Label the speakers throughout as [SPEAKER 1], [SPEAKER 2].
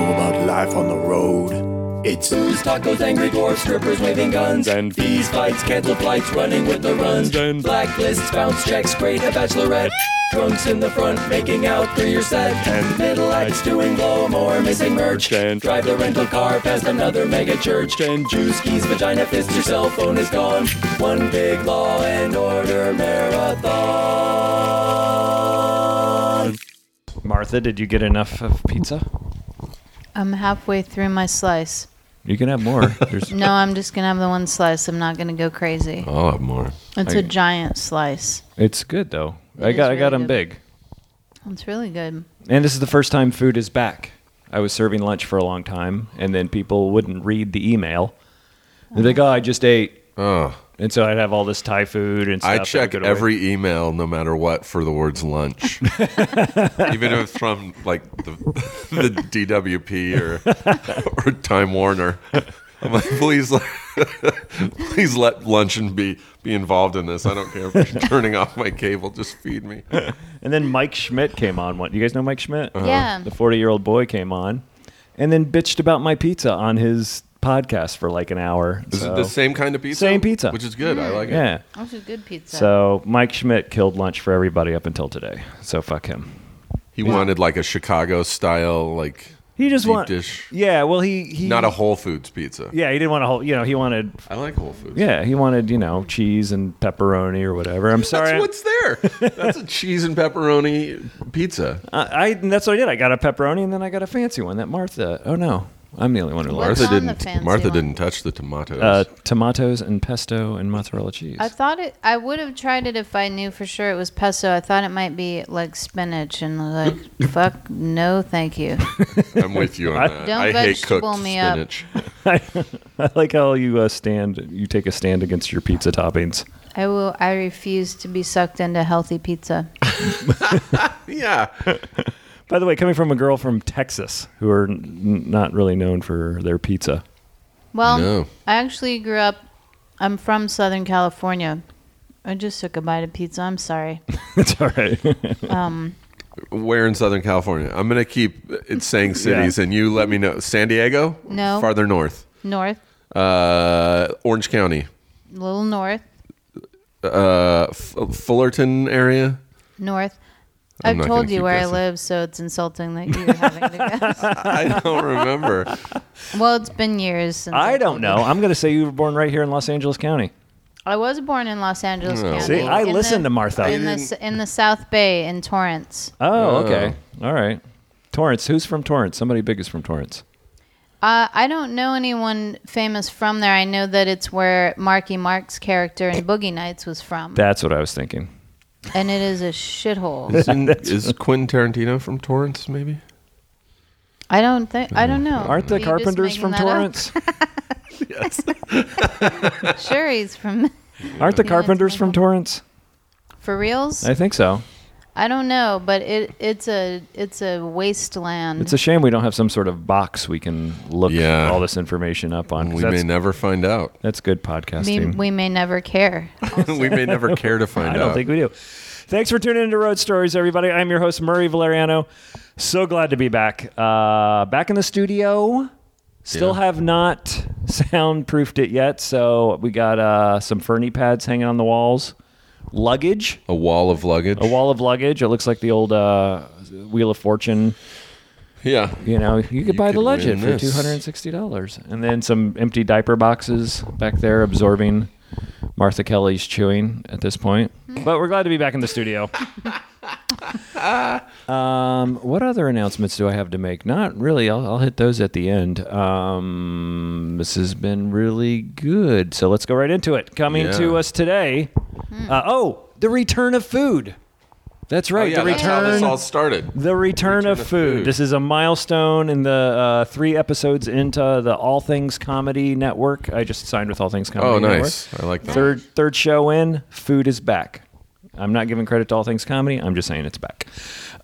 [SPEAKER 1] life on the road. It's
[SPEAKER 2] Booze, tacos, angry dwarfs, strippers waving guns,
[SPEAKER 3] And-
[SPEAKER 2] bees fights, cancel flights, running with the runs,
[SPEAKER 3] And-
[SPEAKER 2] blacklists, bounce checks, great a bachelorette. Drunks in the front, making out through your set.
[SPEAKER 3] And-
[SPEAKER 2] middle acts doing blow more, missing merch.
[SPEAKER 3] And-
[SPEAKER 2] drive the rental car past another mega church.
[SPEAKER 3] And-
[SPEAKER 2] juice keys, vagina fist, your cell phone is gone. One big law and order marathon.
[SPEAKER 4] Martha, did you get enough of pizza?
[SPEAKER 5] I'm halfway through my slice.
[SPEAKER 4] You can have more. There's
[SPEAKER 5] No, I'm just gonna have the one slice. I'm not gonna go crazy.
[SPEAKER 6] I'll have more.
[SPEAKER 5] It's
[SPEAKER 4] Oh, I-
[SPEAKER 5] a giant slice.
[SPEAKER 4] It's good though. I
[SPEAKER 5] is
[SPEAKER 4] got I
[SPEAKER 5] really
[SPEAKER 4] got them
[SPEAKER 5] good.
[SPEAKER 4] big.
[SPEAKER 5] It's really good.
[SPEAKER 4] And this is the first time food is back. I was serving lunch for a long time and then people wouldn't read the email. They'd be like, "Oh, I just ate."
[SPEAKER 6] Oh,
[SPEAKER 4] And so I'd have all this Thai food and stuff.
[SPEAKER 6] I
[SPEAKER 4] that
[SPEAKER 6] check
[SPEAKER 4] would go away.
[SPEAKER 6] every email, no matter what, for the words lunch, even if it's from like the, the DWP or or Time Warner. I'm like, please, let, please let luncheon be be involved in this. I don't care if you're turning off my cable. Just feed me.
[SPEAKER 4] And then Mike Schmidt came on one. You guys know Mike Schmidt?
[SPEAKER 5] Uh-huh. Yeah.
[SPEAKER 4] The 40-year-old boy came on and then bitched about my pizza on his podcast for like an hour.
[SPEAKER 6] Is
[SPEAKER 4] So-
[SPEAKER 6] it the same kind of pizza?
[SPEAKER 4] Same pizza.
[SPEAKER 6] which is good. I like it.
[SPEAKER 4] Yeah.
[SPEAKER 5] That's a good pizza.
[SPEAKER 4] So Mike Schmidt killed lunch for everybody up until today. So fuck him.
[SPEAKER 6] He wanted like a Chicago style, like
[SPEAKER 4] He just
[SPEAKER 6] Deep
[SPEAKER 4] want-
[SPEAKER 6] dish.
[SPEAKER 4] Yeah, well he, he
[SPEAKER 6] not a Whole Foods pizza.
[SPEAKER 4] Yeah, he didn't want a whole. You know, he wanted.
[SPEAKER 6] I like Whole Foods.
[SPEAKER 4] Yeah, he wanted you know cheese and pepperoni or whatever. I'm sorry.
[SPEAKER 6] That's what's there. That's a cheese and pepperoni pizza.
[SPEAKER 4] I, I and that's what I did. I got a pepperoni and then I got a fancy one. That Martha. Oh no, I'm the only one who likes.
[SPEAKER 5] What's
[SPEAKER 6] Martha
[SPEAKER 5] on the
[SPEAKER 6] didn't.
[SPEAKER 5] fancy
[SPEAKER 6] Martha
[SPEAKER 5] one?
[SPEAKER 6] didn't touch the tomatoes.
[SPEAKER 4] Uh, tomatoes and pesto and mozzarella cheese.
[SPEAKER 5] I thought it. I would have tried it if I knew for sure it was pesto. I thought it might be like spinach, and I was like, fuck, no, thank you.
[SPEAKER 6] I'm with you on that.
[SPEAKER 5] Don't
[SPEAKER 6] I hate
[SPEAKER 5] vegetable
[SPEAKER 6] cooked
[SPEAKER 5] me up.
[SPEAKER 6] spinach.
[SPEAKER 4] I like how you uh, stand. You take a stand against your pizza toppings.
[SPEAKER 5] I will. I refuse to be sucked into healthy pizza.
[SPEAKER 6] Yeah,
[SPEAKER 4] By the way, coming from a girl from Texas who are n- not really known for their pizza.
[SPEAKER 5] Well,
[SPEAKER 6] No.
[SPEAKER 5] I actually grew up. I'm from Southern California. I just took a bite of pizza. I'm sorry.
[SPEAKER 4] it's all right.
[SPEAKER 6] where in Southern California? I'm gonna keep it saying cities, and you let me know. San Diego?
[SPEAKER 5] No.
[SPEAKER 6] Farther north.
[SPEAKER 5] North,
[SPEAKER 6] Uh, Orange County.
[SPEAKER 5] little north,
[SPEAKER 6] Uh, F- Fullerton area.
[SPEAKER 5] north.
[SPEAKER 6] I'm
[SPEAKER 5] I've
[SPEAKER 6] not
[SPEAKER 5] told
[SPEAKER 6] gonna
[SPEAKER 5] you
[SPEAKER 6] keep
[SPEAKER 5] where
[SPEAKER 6] guessing.
[SPEAKER 5] I live, so it's insulting that you're having to guess.
[SPEAKER 6] I don't remember.
[SPEAKER 5] Well, it's been years since
[SPEAKER 4] I
[SPEAKER 5] I've
[SPEAKER 4] don't
[SPEAKER 5] told
[SPEAKER 4] know.
[SPEAKER 5] you.
[SPEAKER 4] I'm going to say you were born right here in Los Angeles County.
[SPEAKER 5] I was born in Los Angeles County.
[SPEAKER 4] See, I
[SPEAKER 5] in the-
[SPEAKER 4] listened to Martha.
[SPEAKER 5] in the s- in the South Bay in Torrance.
[SPEAKER 4] Oh, okay. All right. Torrance. Who's from Torrance? Somebody big is from Torrance.
[SPEAKER 5] Uh, I don't know anyone famous from there. I know that it's where Marky Mark's character in Boogie Nights was from,
[SPEAKER 4] That's what I was thinking.
[SPEAKER 5] and it is a shithole.
[SPEAKER 6] Isn't, is Quentin Tarantino from Torrance? Maybe.
[SPEAKER 5] I don't think I don't know.
[SPEAKER 4] Aren't the
[SPEAKER 5] Were you just
[SPEAKER 4] Carpenters
[SPEAKER 5] making
[SPEAKER 4] from
[SPEAKER 5] that up?
[SPEAKER 4] Torrance?
[SPEAKER 5] Sure, he's from
[SPEAKER 4] Aren't the
[SPEAKER 5] Yeah, it's
[SPEAKER 4] Carpenters
[SPEAKER 5] my
[SPEAKER 4] from
[SPEAKER 5] home.
[SPEAKER 4] Torrance?
[SPEAKER 5] for reals.
[SPEAKER 4] I
[SPEAKER 5] I,
[SPEAKER 4] think so.
[SPEAKER 5] don't know, but it it's a it's a wasteland.
[SPEAKER 4] It's a shame we don't have some sort of box we can look
[SPEAKER 6] Yeah.
[SPEAKER 4] all this information up on. 'cause
[SPEAKER 6] We
[SPEAKER 4] that's,
[SPEAKER 6] may never find out.
[SPEAKER 4] that's good
[SPEAKER 5] we,
[SPEAKER 4] podcasting.
[SPEAKER 5] we may never care.
[SPEAKER 6] we may never care to find
[SPEAKER 4] I
[SPEAKER 6] out.
[SPEAKER 4] don't think we do. Thanks for tuning into Road Stories, everybody. I'm your host, Murray Valeriano. So glad to be back. Uh, back in the studio. Still
[SPEAKER 6] Yeah.
[SPEAKER 4] have not soundproofed it yet, so we got uh, some Fernie pads hanging on the walls. Luggage,
[SPEAKER 6] a wall of luggage.
[SPEAKER 4] a wall of luggage. It looks like the old uh, Wheel of Fortune.
[SPEAKER 6] Yeah.
[SPEAKER 4] You know, you could buy the
[SPEAKER 6] could win
[SPEAKER 4] luggage for
[SPEAKER 6] this.
[SPEAKER 4] two hundred and sixty dollars, and then some empty diaper boxes back there absorbing Martha Kelly's chewing at this point. But we're glad to be back in the studio. um, what other announcements do I have to make? Not really. I'll, I'll hit those at the end. Um, this has been really good, so let's go right into it. Coming
[SPEAKER 6] Yeah.
[SPEAKER 4] to us today. Uh, oh, the return of food. That's right.
[SPEAKER 6] Oh, yeah,
[SPEAKER 4] Oh, the
[SPEAKER 6] that's how
[SPEAKER 4] return.
[SPEAKER 6] this all started.
[SPEAKER 4] The return, of, food.
[SPEAKER 6] food.
[SPEAKER 4] This is a milestone in the uh, three episodes into the All Things Comedy Network. I just signed with All Things Comedy
[SPEAKER 6] Oh,
[SPEAKER 4] Network.
[SPEAKER 6] nice. I like that.
[SPEAKER 4] Third third show in, food is back. I'm not giving credit to All Things Comedy. I'm just saying it's back.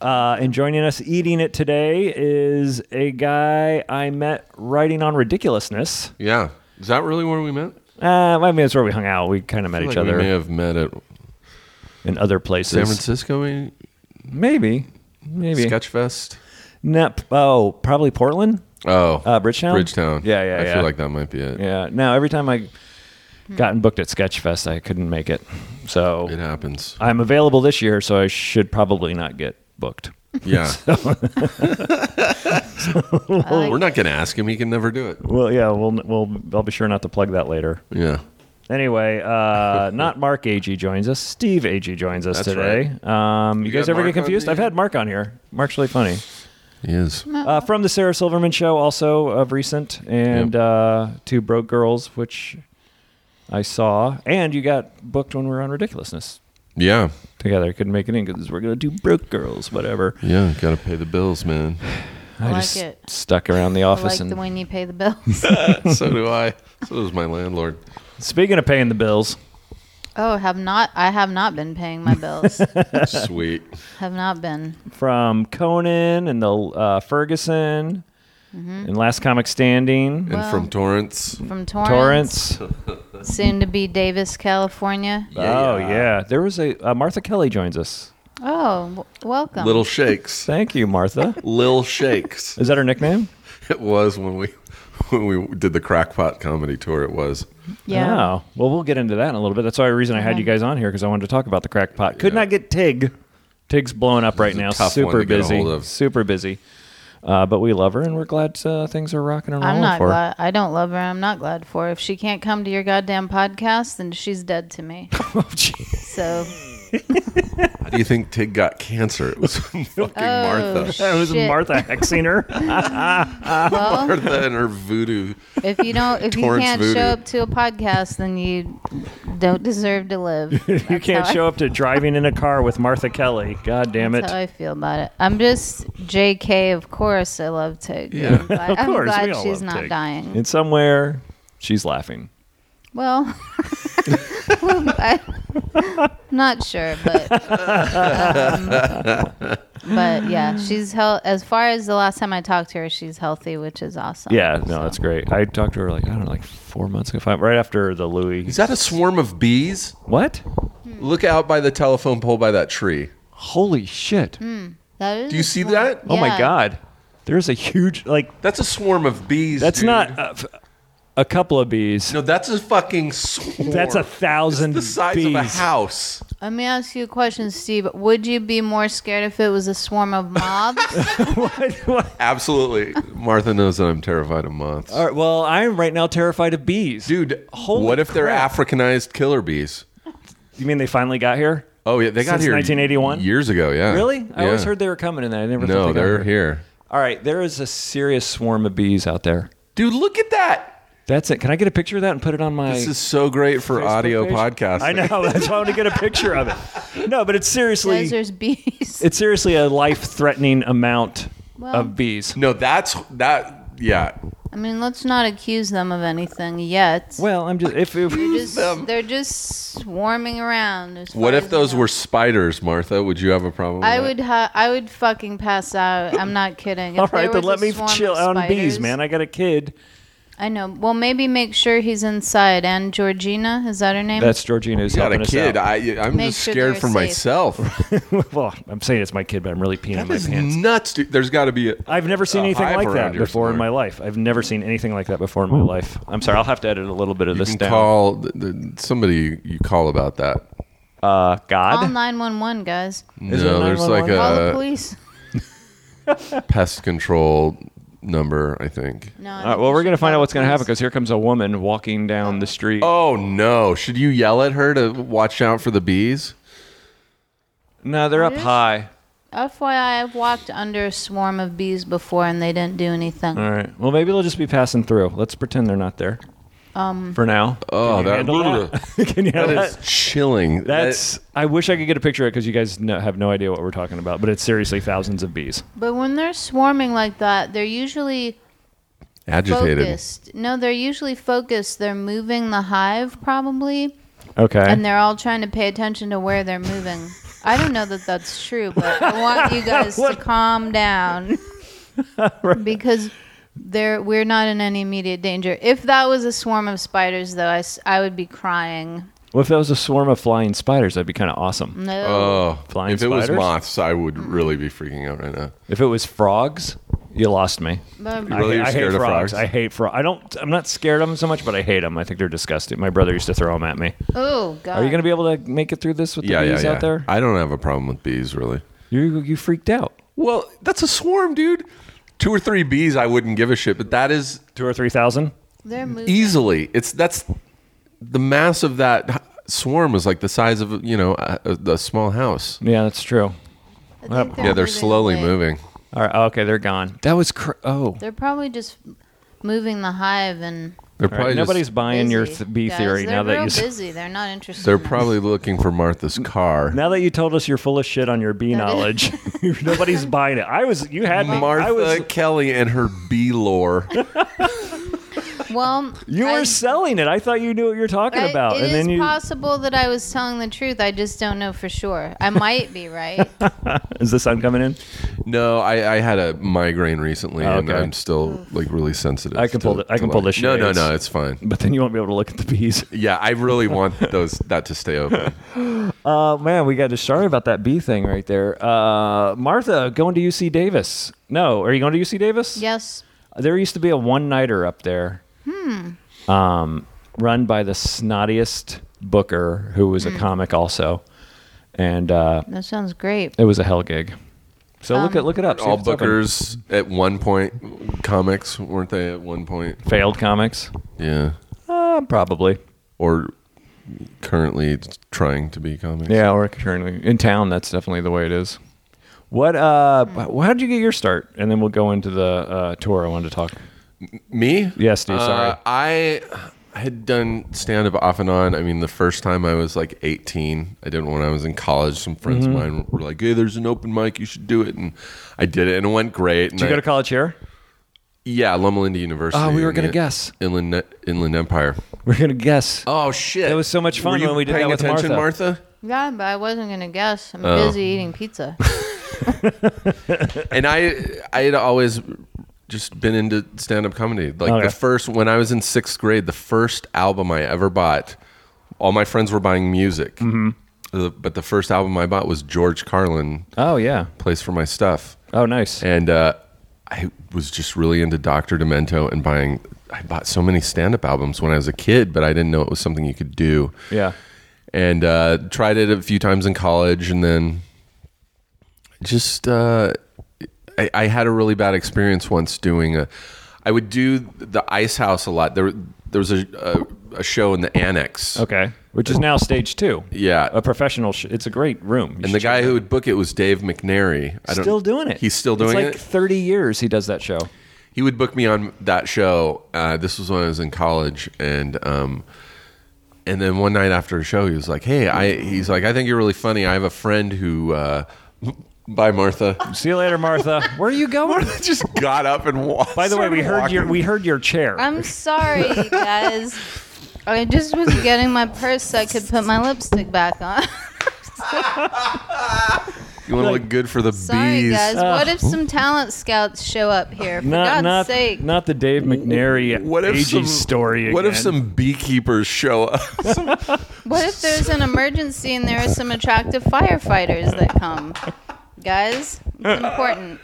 [SPEAKER 4] Uh, and joining us eating it today is a guy I met writing on ridiculousness.
[SPEAKER 6] Yeah. Is that really where we met?
[SPEAKER 4] Uh, I mean, that's where we hung out. We kind of met each
[SPEAKER 6] Like
[SPEAKER 4] other
[SPEAKER 6] We may have met at
[SPEAKER 4] in other places.
[SPEAKER 6] San Francisco, maybe?
[SPEAKER 4] Maybe, maybe.
[SPEAKER 6] Sketchfest.
[SPEAKER 4] Nep- oh, probably Portland.
[SPEAKER 6] Oh,
[SPEAKER 4] Uh, Bridgetown?
[SPEAKER 6] Bridgetown.
[SPEAKER 4] Yeah, yeah,
[SPEAKER 6] I
[SPEAKER 4] yeah.
[SPEAKER 6] feel like that might be it.
[SPEAKER 4] Yeah. Now every time I gotten booked at Sketchfest, I couldn't make it. So
[SPEAKER 6] It happens.
[SPEAKER 4] I'm available this year, so I should probably not get booked.
[SPEAKER 6] Yeah,
[SPEAKER 5] I like-
[SPEAKER 6] we're not gonna ask him. He can never do it.
[SPEAKER 4] Well, yeah, we'll we'll I'll be sure not to plug that later.
[SPEAKER 6] Yeah.
[SPEAKER 4] Anyway, uh, not Mark Ag joins us. Steve Ag joins us
[SPEAKER 6] That's
[SPEAKER 4] today. Um, you,
[SPEAKER 6] You
[SPEAKER 4] guys
[SPEAKER 6] got
[SPEAKER 4] ever get
[SPEAKER 6] Mark on
[SPEAKER 4] confused? I've
[SPEAKER 6] the-
[SPEAKER 4] had Mark on here. Mark's really funny.
[SPEAKER 6] He is.
[SPEAKER 4] Uh, from the Sarah Silverman show, also of recent, and uh, two Broke Girls, which I saw, and you got booked when we were on Ridiculousness
[SPEAKER 6] Yeah.
[SPEAKER 4] together. Couldn't make it in because we're gonna do Broke Girls, whatever.
[SPEAKER 6] Yeah. Got to pay the bills, man.
[SPEAKER 5] I like
[SPEAKER 4] just
[SPEAKER 5] it.
[SPEAKER 4] stuck around the
[SPEAKER 5] I
[SPEAKER 4] office
[SPEAKER 5] like
[SPEAKER 4] and
[SPEAKER 5] the when you pay the bills.
[SPEAKER 6] so do I. So does my landlord.
[SPEAKER 4] speaking of paying the bills,
[SPEAKER 5] oh, have not. I have not been paying my bills.
[SPEAKER 6] Sweet.
[SPEAKER 5] have not been.
[SPEAKER 4] from Conan and the uh, Ferguson
[SPEAKER 5] Mm-hmm.
[SPEAKER 4] and Last Comic Standing,
[SPEAKER 6] And from Torrance.
[SPEAKER 5] From Torrance,
[SPEAKER 4] Torrance.
[SPEAKER 5] soon to be Davis, California.
[SPEAKER 4] Oh yeah, there was a uh, Martha Kelly joins us.
[SPEAKER 5] Oh, w- welcome.
[SPEAKER 6] Little Shakes.
[SPEAKER 4] Thank you, Martha.
[SPEAKER 6] Lil Shakes.
[SPEAKER 4] Is that her nickname?
[SPEAKER 6] It was when we when we did the crackpot comedy tour. It was.
[SPEAKER 5] yeah. Uh-huh.
[SPEAKER 4] Oh, well, we'll get into that in a little bit. That's the only reason I had you guys on here because I wanted to talk about the crackpot. Could
[SPEAKER 6] Yeah.
[SPEAKER 4] not get Tig. Tig's blowing up right
[SPEAKER 6] This is a
[SPEAKER 4] now.
[SPEAKER 6] tough one
[SPEAKER 4] Super
[SPEAKER 6] to get a
[SPEAKER 4] busy.
[SPEAKER 6] hold of.
[SPEAKER 4] Super busy. Uh, but we love her, and we're glad uh, things are rocking and rolling
[SPEAKER 5] I'm not
[SPEAKER 4] for her.
[SPEAKER 5] glad. I don't love her. I'm not glad for her. If she can't come to your goddamn podcast, then she's dead to me.
[SPEAKER 4] Oh, jeez.
[SPEAKER 5] So,
[SPEAKER 6] How do you think Tig got cancer? It was fucking Martha.
[SPEAKER 5] oh, shit.
[SPEAKER 4] It was Martha hexing her.
[SPEAKER 5] Well,
[SPEAKER 6] Martha and her voodoo.
[SPEAKER 5] if you don't, if you
[SPEAKER 6] Torrance
[SPEAKER 5] can't
[SPEAKER 6] voodoo.
[SPEAKER 5] show up to a podcast, then you don't deserve to live.
[SPEAKER 4] you can't
[SPEAKER 5] how I-
[SPEAKER 4] show up to driving in a car with Martha Kelly. God damn it.
[SPEAKER 5] That's how I feel about it. I'm just JK. Of course, I love Tig.
[SPEAKER 6] Yeah.
[SPEAKER 5] I'm glad, I'm
[SPEAKER 4] course,
[SPEAKER 5] glad
[SPEAKER 4] we all
[SPEAKER 5] she's
[SPEAKER 4] love
[SPEAKER 5] not
[SPEAKER 4] Tig.
[SPEAKER 5] dying.
[SPEAKER 4] and somewhere, she's laughing.
[SPEAKER 5] Well, I, am not sure, but um, but yeah, she's hel- as far as the last time I talked to her, she's healthy, which is awesome.
[SPEAKER 4] Yeah, no,
[SPEAKER 5] So-
[SPEAKER 4] that's great. I talked to her like I don't know, like four months ago, five, right after the Louis.
[SPEAKER 6] Is that a swarm of bees?
[SPEAKER 4] What?
[SPEAKER 6] Look out by the telephone pole by that tree.
[SPEAKER 4] Holy shit!
[SPEAKER 5] That is
[SPEAKER 6] Do you see that?
[SPEAKER 4] Oh my
[SPEAKER 5] Mm. Yeah.
[SPEAKER 4] god! There's a huge like.
[SPEAKER 6] That's a swarm of bees.
[SPEAKER 4] That's
[SPEAKER 6] dude.
[SPEAKER 4] not a, f- a couple of bees.
[SPEAKER 6] No, that's a fucking swarm.
[SPEAKER 4] that's a thousand
[SPEAKER 6] the size
[SPEAKER 4] bees.
[SPEAKER 6] of a house.
[SPEAKER 5] Let me ask you a question, Steve. Would you be more scared if it was a swarm of mobs?
[SPEAKER 4] What? What?
[SPEAKER 6] Absolutely. Martha knows that I'm terrified of moths.
[SPEAKER 4] All right, well, I'm right now terrified of bees.
[SPEAKER 6] Dude,
[SPEAKER 4] Holy
[SPEAKER 6] what if they're
[SPEAKER 4] crap.
[SPEAKER 6] Africanized killer bees?
[SPEAKER 4] you mean they finally got here?
[SPEAKER 6] Oh yeah, they got
[SPEAKER 4] Since
[SPEAKER 6] here
[SPEAKER 4] 1981?
[SPEAKER 6] years ago. Yeah,
[SPEAKER 4] Really? I always
[SPEAKER 6] Uh, Yeah.
[SPEAKER 4] heard they were coming, and I never. thought
[SPEAKER 6] No,
[SPEAKER 4] they got
[SPEAKER 6] they're here.
[SPEAKER 4] All right, there is a serious swarm of bees out there.
[SPEAKER 6] Dude, look at that.
[SPEAKER 4] That's it. Can I get a picture of that and put it on my?
[SPEAKER 6] This is so great for
[SPEAKER 4] Facebook
[SPEAKER 6] audio
[SPEAKER 4] page?
[SPEAKER 6] podcasting.
[SPEAKER 4] I know. That's why I want to get a picture of it. No, but it's seriously.
[SPEAKER 5] Because there's bees.
[SPEAKER 4] it's seriously a life-threatening amount
[SPEAKER 5] Well-
[SPEAKER 4] of bees.
[SPEAKER 6] No, that's that. Yeah,
[SPEAKER 5] I mean, let's not accuse them of anything yet.
[SPEAKER 4] Well, I'm just if, if
[SPEAKER 5] They're just, they're just swarming around. as
[SPEAKER 6] What
[SPEAKER 5] far
[SPEAKER 6] if
[SPEAKER 5] as I
[SPEAKER 6] those
[SPEAKER 5] know.
[SPEAKER 6] were spiders, Martha? Would you have a problem? With
[SPEAKER 5] I
[SPEAKER 6] that?
[SPEAKER 5] would ha- I would fucking pass out. I'm not kidding.
[SPEAKER 4] all
[SPEAKER 5] If there
[SPEAKER 4] right, then
[SPEAKER 5] was a
[SPEAKER 4] let me
[SPEAKER 5] swarm
[SPEAKER 4] chill
[SPEAKER 5] of
[SPEAKER 4] out on bees,
[SPEAKER 5] spiders-
[SPEAKER 4] man. I got a kid.
[SPEAKER 5] I know. Well, maybe make sure he's inside. And Georgina, is that her name?
[SPEAKER 4] That's Georgina who's
[SPEAKER 6] You got
[SPEAKER 4] helping
[SPEAKER 6] a kid.
[SPEAKER 4] us out.
[SPEAKER 6] I, I'm
[SPEAKER 5] Make
[SPEAKER 6] just
[SPEAKER 5] sure
[SPEAKER 6] scared
[SPEAKER 5] they're
[SPEAKER 6] for
[SPEAKER 5] safe.
[SPEAKER 6] myself.
[SPEAKER 4] well, I'm saying it's my kid, but I'm really peeing in my
[SPEAKER 6] That's
[SPEAKER 4] pants.
[SPEAKER 6] nuts, dude. There's got to be. A,
[SPEAKER 4] I've never seen
[SPEAKER 6] a
[SPEAKER 4] anything
[SPEAKER 6] hive
[SPEAKER 4] like
[SPEAKER 6] around
[SPEAKER 4] that
[SPEAKER 6] here
[SPEAKER 4] before in my
[SPEAKER 6] somewhere.
[SPEAKER 4] life. I've never seen anything like that before in my life. I'm sorry, I'll have to edit a little bit of
[SPEAKER 6] You
[SPEAKER 4] this
[SPEAKER 6] can
[SPEAKER 4] down.
[SPEAKER 6] call the, the, somebody. You call about that.
[SPEAKER 4] uh,
[SPEAKER 5] Call
[SPEAKER 4] God,
[SPEAKER 5] 911, guys.
[SPEAKER 4] Is
[SPEAKER 6] no,
[SPEAKER 4] it
[SPEAKER 6] there's like
[SPEAKER 4] 911?
[SPEAKER 5] Call the
[SPEAKER 6] a
[SPEAKER 5] police.
[SPEAKER 6] pest control number. I think.
[SPEAKER 5] No.
[SPEAKER 4] All right, well, we're gonna find out what's gonna happen because here comes a woman walking down the street.
[SPEAKER 6] Oh no! Should you yell at her to watch out for the bees?
[SPEAKER 4] No, they're up
[SPEAKER 5] Really?
[SPEAKER 4] high.
[SPEAKER 5] FYI, I've walked under a swarm of bees before and they didn't do anything.
[SPEAKER 4] All right. Well, maybe they'll just be passing through. Let's pretend they're not there. Um, for now.
[SPEAKER 6] Oh, that,
[SPEAKER 4] handle that? Can you handle
[SPEAKER 6] that is
[SPEAKER 4] that?
[SPEAKER 6] chilling.
[SPEAKER 4] That's. I wish I could get a picture of it because you guys no, have no idea what we're talking about. But it's seriously thousands of bees.
[SPEAKER 5] But when they're swarming like that, they're usually
[SPEAKER 6] That- agitated.
[SPEAKER 5] focused. No, they're usually focused. They're moving the hive probably.
[SPEAKER 4] Okay.
[SPEAKER 5] and they're all trying to pay attention to where they're moving. I don't know that that's true, but I want you guys to calm down because there we're not in any immediate danger. If that was a swarm of spiders, though, I, s- I would be crying.
[SPEAKER 4] what if that was a swarm of flying spiders? That'd be kind of awesome.
[SPEAKER 5] No,
[SPEAKER 6] Oh,
[SPEAKER 4] Flying
[SPEAKER 6] if it was
[SPEAKER 4] spiders?
[SPEAKER 6] moths, I would really be freaking out right now.
[SPEAKER 4] If it was frogs, You lost me.
[SPEAKER 5] But
[SPEAKER 6] Your brother,
[SPEAKER 4] I,
[SPEAKER 6] you're
[SPEAKER 4] I hate
[SPEAKER 6] scared of frogs?
[SPEAKER 4] I hate frogs. I don't. I'm not scared of them so much, but I hate them. I think they're disgusting. My brother used to throw them at me.
[SPEAKER 5] oh god,
[SPEAKER 4] Are you going to be able to make it through this with the
[SPEAKER 6] yeah, yeah,
[SPEAKER 4] bees
[SPEAKER 6] yeah.
[SPEAKER 4] out there?
[SPEAKER 6] I don't have a problem with bees, really.
[SPEAKER 4] You you freaked out.
[SPEAKER 6] Well, that's a swarm, dude. Two or three bees, I wouldn't give a shit, but that is
[SPEAKER 4] Two or three thousand.
[SPEAKER 5] They're moving.
[SPEAKER 6] easily. It's that's the mass of that swarm is like the size of you know a, a, a small house.
[SPEAKER 4] Yeah, that's true.
[SPEAKER 5] I think
[SPEAKER 6] Yeah, they're slowly
[SPEAKER 5] away.
[SPEAKER 6] moving.
[SPEAKER 4] All right. oh, okay, they're gone. That was cr- oh.
[SPEAKER 5] They're probably just moving the hive and.
[SPEAKER 6] They're
[SPEAKER 4] All right,
[SPEAKER 6] probably
[SPEAKER 4] nobody's
[SPEAKER 6] just,
[SPEAKER 4] buying your
[SPEAKER 5] busy,
[SPEAKER 4] th- bee
[SPEAKER 5] guys.
[SPEAKER 4] theory
[SPEAKER 5] They're
[SPEAKER 4] now that
[SPEAKER 5] real
[SPEAKER 4] you s-
[SPEAKER 5] busy. They're not interested.
[SPEAKER 6] they're
[SPEAKER 5] in us.
[SPEAKER 6] probably looking for Martha's car.
[SPEAKER 4] now that you told us you're full of shit on your bee knowledge. nobody's buying it. I was you had me. I
[SPEAKER 6] Martha
[SPEAKER 4] was
[SPEAKER 6] Kelly and her bee lore.
[SPEAKER 5] Well,
[SPEAKER 4] you
[SPEAKER 5] I-
[SPEAKER 4] were selling it. I thought you knew what you were talking
[SPEAKER 5] I-
[SPEAKER 4] about,
[SPEAKER 5] It
[SPEAKER 4] and
[SPEAKER 5] is
[SPEAKER 4] then you
[SPEAKER 5] possible that I was telling the truth. I just don't know for sure. I might be right.
[SPEAKER 4] is the sun coming in?
[SPEAKER 6] no, I, I had a migraine recently, and
[SPEAKER 4] Oh, Okay.
[SPEAKER 6] I'm still like really sensitive.
[SPEAKER 4] I can
[SPEAKER 6] to-
[SPEAKER 4] pull the- I
[SPEAKER 6] to
[SPEAKER 4] can pull
[SPEAKER 6] light.
[SPEAKER 4] the
[SPEAKER 6] No, no,
[SPEAKER 4] shades.
[SPEAKER 6] no, it's fine.
[SPEAKER 4] But then you won't be able to look at the bees.
[SPEAKER 6] Yeah, I really want those that to stay open.
[SPEAKER 4] Oh man, we got to sorry about that bee thing right there. Uh, Martha going to UC Davis? No, are you going to UC Davis?
[SPEAKER 5] yes.
[SPEAKER 4] There used to be a one nighter up there, um, run by the snottiest booker who was a comic also, and uh,
[SPEAKER 5] That sounds great.
[SPEAKER 4] it was a hell gig. So look it look it up. see
[SPEAKER 6] All
[SPEAKER 4] if it's open.
[SPEAKER 6] bookers at one point, comics weren't they at one point?
[SPEAKER 4] failed comics,
[SPEAKER 6] Yeah,
[SPEAKER 4] uh, probably.
[SPEAKER 6] or currently trying to be comics.
[SPEAKER 4] Yeah, or currently in town. That's definitely the way it is. What? Uh, wh- How did you get your start? And then we'll go into the uh, tour. I wanted to talk.
[SPEAKER 6] Me?
[SPEAKER 4] Yes, Steve, sorry.
[SPEAKER 6] Uh, I had done stand up off and on. I mean, the first time I was like 18, I did it when I was in college. Some friends
[SPEAKER 4] Mm-hmm.
[SPEAKER 6] of mine were like, hey, there's an open mic, you should do it. And I did it, and it went great.
[SPEAKER 4] Did you go to college here?
[SPEAKER 6] Yeah, Loma Linda University.
[SPEAKER 4] Oh, we were
[SPEAKER 6] in
[SPEAKER 4] gonna
[SPEAKER 6] the
[SPEAKER 4] guess.
[SPEAKER 6] Inland, Inland Empire.
[SPEAKER 4] We're gonna guess.
[SPEAKER 6] Oh, shit.
[SPEAKER 4] That was so much fun
[SPEAKER 6] Were you
[SPEAKER 4] when we did that
[SPEAKER 6] paying
[SPEAKER 4] with
[SPEAKER 6] attention,
[SPEAKER 4] Martha.
[SPEAKER 6] Martha?
[SPEAKER 5] Yeah, but I wasn't gonna guess. I'm busy eating pizza.
[SPEAKER 6] and I I had always just been into stand up comedy. Like
[SPEAKER 4] Okay.
[SPEAKER 6] the first when I was in sixth grade, the first album I ever bought, all my friends were buying music. Mm-hmm. but the first album I bought was George Carlin,
[SPEAKER 4] Oh yeah.
[SPEAKER 6] Place for My Stuff,
[SPEAKER 4] Oh nice.
[SPEAKER 6] and uh, I was just really into Doctor Demento and buying. I bought so many stand up albums when I was a kid, but I didn't know it was something you could do
[SPEAKER 4] Yeah.
[SPEAKER 6] and uh, tried it a few times in college, and then just uh, I, I had a really bad experience once doing a. I would do the Ice House a lot. There, there was a, a, a show in the annex.
[SPEAKER 4] Okay. Which is now stage two.
[SPEAKER 6] Yeah.
[SPEAKER 4] A professional. Sh- it's a great room. You
[SPEAKER 6] And the
[SPEAKER 4] should
[SPEAKER 6] guy
[SPEAKER 4] check
[SPEAKER 6] who would book it was Dave McNary. I
[SPEAKER 4] it out. still doing it.
[SPEAKER 6] He's still
[SPEAKER 4] It's
[SPEAKER 6] doing
[SPEAKER 4] like
[SPEAKER 6] it.
[SPEAKER 4] Thirty years he does that show.
[SPEAKER 6] He would book me on that show. Uh, this was when I was in college, and um, and then one night after a show, he was like, "Hey, I." He's like, "I think you're really funny. I have a friend who." Uh, Bye, Martha.
[SPEAKER 4] See you later, Martha. Where are you going?
[SPEAKER 6] just got up and walked.
[SPEAKER 4] By the way, we heard your we heard your chair.
[SPEAKER 5] I'm sorry, guys. I just was getting my purse so I could put my lipstick back on.
[SPEAKER 6] You want to look good for the
[SPEAKER 5] Sorry,
[SPEAKER 6] bees.
[SPEAKER 5] guys. what if some talent scouts show up here? For
[SPEAKER 4] Ah. not
[SPEAKER 5] God's
[SPEAKER 4] not
[SPEAKER 5] sake.
[SPEAKER 4] not the Dave McNary
[SPEAKER 6] What if
[SPEAKER 4] AG
[SPEAKER 6] some
[SPEAKER 4] story.
[SPEAKER 6] What if
[SPEAKER 4] again.
[SPEAKER 6] some beekeepers show up?
[SPEAKER 5] What if there's an emergency and there are some attractive firefighters that come? Guys, it's important.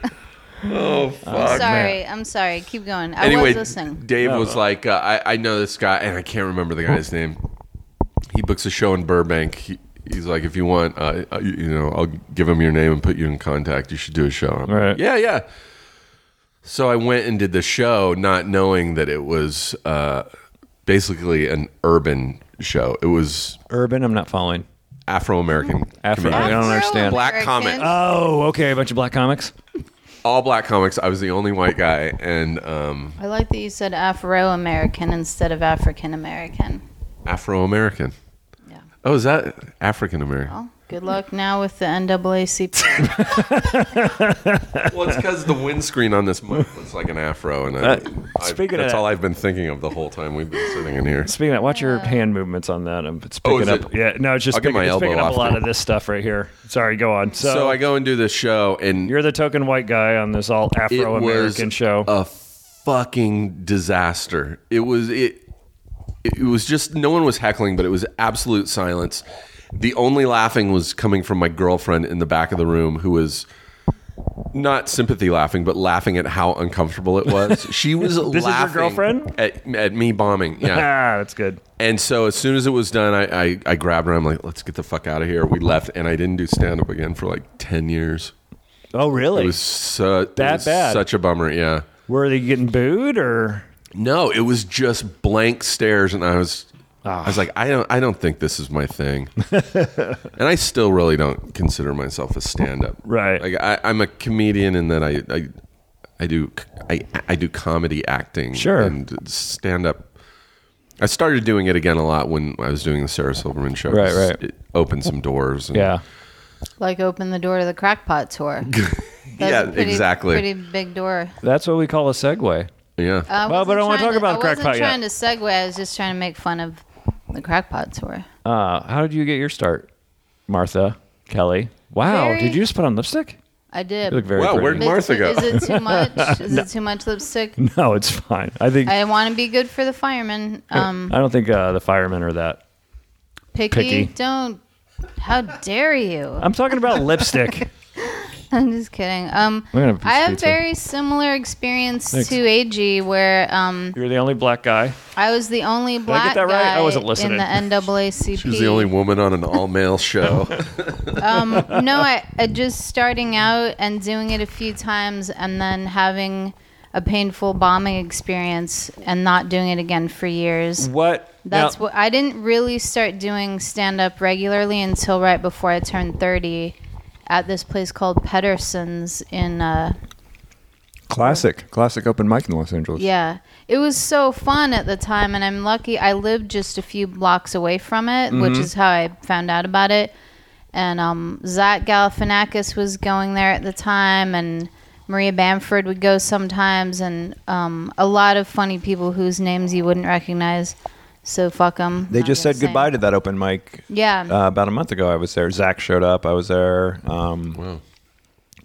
[SPEAKER 6] oh
[SPEAKER 5] I'm
[SPEAKER 6] fuck!
[SPEAKER 5] sorry. I'm sorry. Keep going. I
[SPEAKER 6] Anyway,
[SPEAKER 5] was listening.
[SPEAKER 6] Dave was like, uh, I, I know this guy, and I can't remember the guy's name. He books a show in Burbank. He, he's like, if you want, uh, uh, you, you know, I'll give him your name and put you in contact. You should do a show. I'm like,
[SPEAKER 4] Right.
[SPEAKER 6] yeah, yeah. So I went and did the show, not knowing that it was uh, basically an urban show. It was
[SPEAKER 4] urban? I'm not following.
[SPEAKER 6] Afro American.
[SPEAKER 4] Afro- I don't understand.
[SPEAKER 6] Black Comet.
[SPEAKER 4] Oh, okay. A bunch of black comics.
[SPEAKER 6] all black comics. I was the only white guy, and um,
[SPEAKER 5] I like that you said Afro American instead of African American.
[SPEAKER 6] Afro American.
[SPEAKER 5] Yeah.
[SPEAKER 6] Oh, is that African American?
[SPEAKER 5] Well, good luck now with the NAACP.
[SPEAKER 6] Well, it's because the windscreen on this mic looks like an Afro, and I,
[SPEAKER 4] Uh,
[SPEAKER 6] I-
[SPEAKER 4] speaking of
[SPEAKER 6] that's
[SPEAKER 4] that-
[SPEAKER 6] all I've been thinking of the whole time we've been sitting in here.
[SPEAKER 4] Speaking of that, watch your hand movements on that. Um, It's
[SPEAKER 6] Oh,
[SPEAKER 4] picking
[SPEAKER 6] is
[SPEAKER 4] up.
[SPEAKER 6] it?
[SPEAKER 4] Yeah, no, it's just
[SPEAKER 6] I'll get
[SPEAKER 4] picking,
[SPEAKER 6] my
[SPEAKER 4] it's picking
[SPEAKER 6] elbow
[SPEAKER 4] up a
[SPEAKER 6] off
[SPEAKER 4] lot
[SPEAKER 6] then.
[SPEAKER 4] of this stuff right here. Sorry, go on. So,
[SPEAKER 6] So, I go and do this show, and
[SPEAKER 4] you're the token white guy on this all
[SPEAKER 6] it
[SPEAKER 4] Afro
[SPEAKER 6] was
[SPEAKER 4] American show.
[SPEAKER 6] a fucking disaster. It was it. It was just no one was heckling, but it was absolute silence. The only laughing was coming from my girlfriend in the back of the room, who was not sympathy laughing, but laughing at how uncomfortable it was. She was
[SPEAKER 4] your
[SPEAKER 6] laughing
[SPEAKER 4] girlfriend?
[SPEAKER 6] at, at me bombing. Yeah.
[SPEAKER 4] Ah, that's good.
[SPEAKER 6] And so as soon as it was done, I, I, I grabbed her. I'm like, let's get the fuck out of here. We left, and I didn't do stand up again for like ten years.
[SPEAKER 4] Oh, really?
[SPEAKER 6] It was su-
[SPEAKER 4] That
[SPEAKER 6] it was
[SPEAKER 4] bad?
[SPEAKER 6] Such a bummer. Yeah.
[SPEAKER 4] Were they getting booed or?
[SPEAKER 6] No, it was just blank stares, and I was. I
[SPEAKER 4] Ah.
[SPEAKER 6] was like, I don't, I don't think this is my thing, and I still really don't consider myself a stand-up.
[SPEAKER 4] Right.
[SPEAKER 6] Like I, I'm a comedian in that I, I, I do, I, I do comedy acting.
[SPEAKER 4] Sure.
[SPEAKER 6] And stand-up. I started doing it again a lot when I was doing the Sarah Silverman show.
[SPEAKER 4] Right, right.
[SPEAKER 6] It opened some doors. and-
[SPEAKER 4] Yeah.
[SPEAKER 5] Like open the door to the crackpot tour. That's
[SPEAKER 6] Yeah.
[SPEAKER 5] a pretty,
[SPEAKER 6] exactly.
[SPEAKER 5] Pretty big door.
[SPEAKER 4] That's what we call a segue.
[SPEAKER 6] yeah.
[SPEAKER 5] I
[SPEAKER 4] Well, but I don't
[SPEAKER 5] wasn't
[SPEAKER 4] wanna
[SPEAKER 5] trying
[SPEAKER 4] talk about
[SPEAKER 5] I
[SPEAKER 4] the crackpot
[SPEAKER 5] wasn't
[SPEAKER 4] yet.
[SPEAKER 5] trying to segue. I was just trying to make fun of the crackpot tour.
[SPEAKER 4] Uh, how did you get your start, Martha Kelly? Wow,
[SPEAKER 5] Very-
[SPEAKER 4] did you just put on lipstick?
[SPEAKER 5] I did.
[SPEAKER 4] You look very
[SPEAKER 6] Wow,
[SPEAKER 4] pretty.
[SPEAKER 6] where'd
[SPEAKER 5] But
[SPEAKER 6] Martha go?
[SPEAKER 5] Is it too much? Is it too much lipstick?
[SPEAKER 4] No, it's fine. I think I,
[SPEAKER 5] I want to be good for the firemen. Um,
[SPEAKER 4] don't think uh, the firemen are that.
[SPEAKER 5] picky,
[SPEAKER 4] picky.
[SPEAKER 5] don't. How dare you?
[SPEAKER 4] I'm talking about lipstick.
[SPEAKER 5] I'm just kidding. Um,
[SPEAKER 4] We're gonna have a piece
[SPEAKER 5] I
[SPEAKER 4] of
[SPEAKER 5] have
[SPEAKER 4] pizza.
[SPEAKER 5] very similar experience
[SPEAKER 4] Thanks.
[SPEAKER 5] to AG, where um,
[SPEAKER 4] You're the only black guy.
[SPEAKER 5] I was the only
[SPEAKER 4] I get
[SPEAKER 5] black
[SPEAKER 4] that right? I
[SPEAKER 5] guy
[SPEAKER 4] wasn't
[SPEAKER 5] in
[SPEAKER 4] listening.
[SPEAKER 5] the NAACP.
[SPEAKER 6] She was the only woman on an all-male show.
[SPEAKER 5] no, I, I just starting out and doing it a few times and then having a painful bombing experience and not doing it again for years.
[SPEAKER 4] What?
[SPEAKER 5] That's
[SPEAKER 4] now-
[SPEAKER 5] what I didn't really start doing stand up regularly until right before I turned 30 at this place called Pedersen's in uh
[SPEAKER 4] classic, classic open mic in Los Angeles.
[SPEAKER 5] yeah. It was so fun at the time and I'm lucky I lived just a few blocks away from it, which is how I found out about it. And um Zach Galifianakis was going there at the time and Maria Bamford would go sometimes and um, a lot of funny people whose names you wouldn't recognize. So fuck them.
[SPEAKER 4] They just said goodbye to that open mic
[SPEAKER 5] Yeah.
[SPEAKER 4] uh, about a month ago. I was there. Zach showed up. I was there. Um,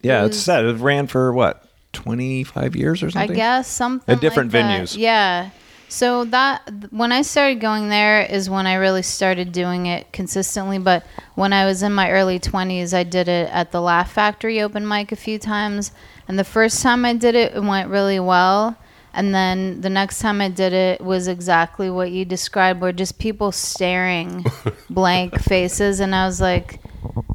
[SPEAKER 4] Yeah, it's sad. It ran for what, 25 years or
[SPEAKER 5] I
[SPEAKER 4] something?
[SPEAKER 5] guess something
[SPEAKER 4] At different
[SPEAKER 5] like that.
[SPEAKER 4] venues.
[SPEAKER 5] Yeah. So that th- when I started going there is when I really started doing it consistently. But when I was in my early twenties, I did it at the Laugh Factory open mic a few times, and the first time I did it, it went really well. And then the next time I did it was exactly what you described, where just people staring, blank faces, and I was like,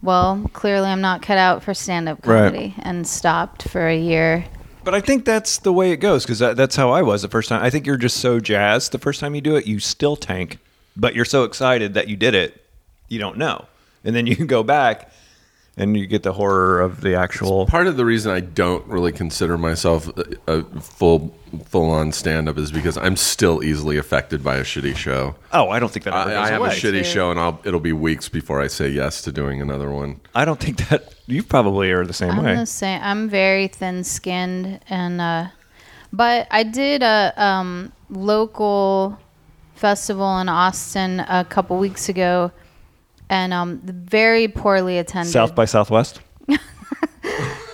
[SPEAKER 5] "Well, clearly I'm not cut out for stand-up
[SPEAKER 4] Right.
[SPEAKER 5] comedy," and stopped for a year.
[SPEAKER 4] But I think that's the way it goes because that, that's how I was the first time. I think you're just so jazzed the first time you do it, you still tank, but you're so excited that you did it, you don't know, and then you go back and you get the horror of the actual.
[SPEAKER 6] Part of the reason I don't really consider myself a, a full full on stand up is because I'm still easily affected by a shitty show.
[SPEAKER 4] Oh, I don't think that ever
[SPEAKER 6] I,
[SPEAKER 4] goes
[SPEAKER 6] I have a
[SPEAKER 4] away.
[SPEAKER 6] shitty show, and I'll, it'll be weeks before I say yes to doing another one.
[SPEAKER 4] I don't think that you probably are the same
[SPEAKER 5] I'm
[SPEAKER 4] way.
[SPEAKER 5] the same. I'm very thin-skinned, and uh, but I did a um, local festival in Austin a couple weeks ago, and um, very poorly attended.
[SPEAKER 4] South by Southwest.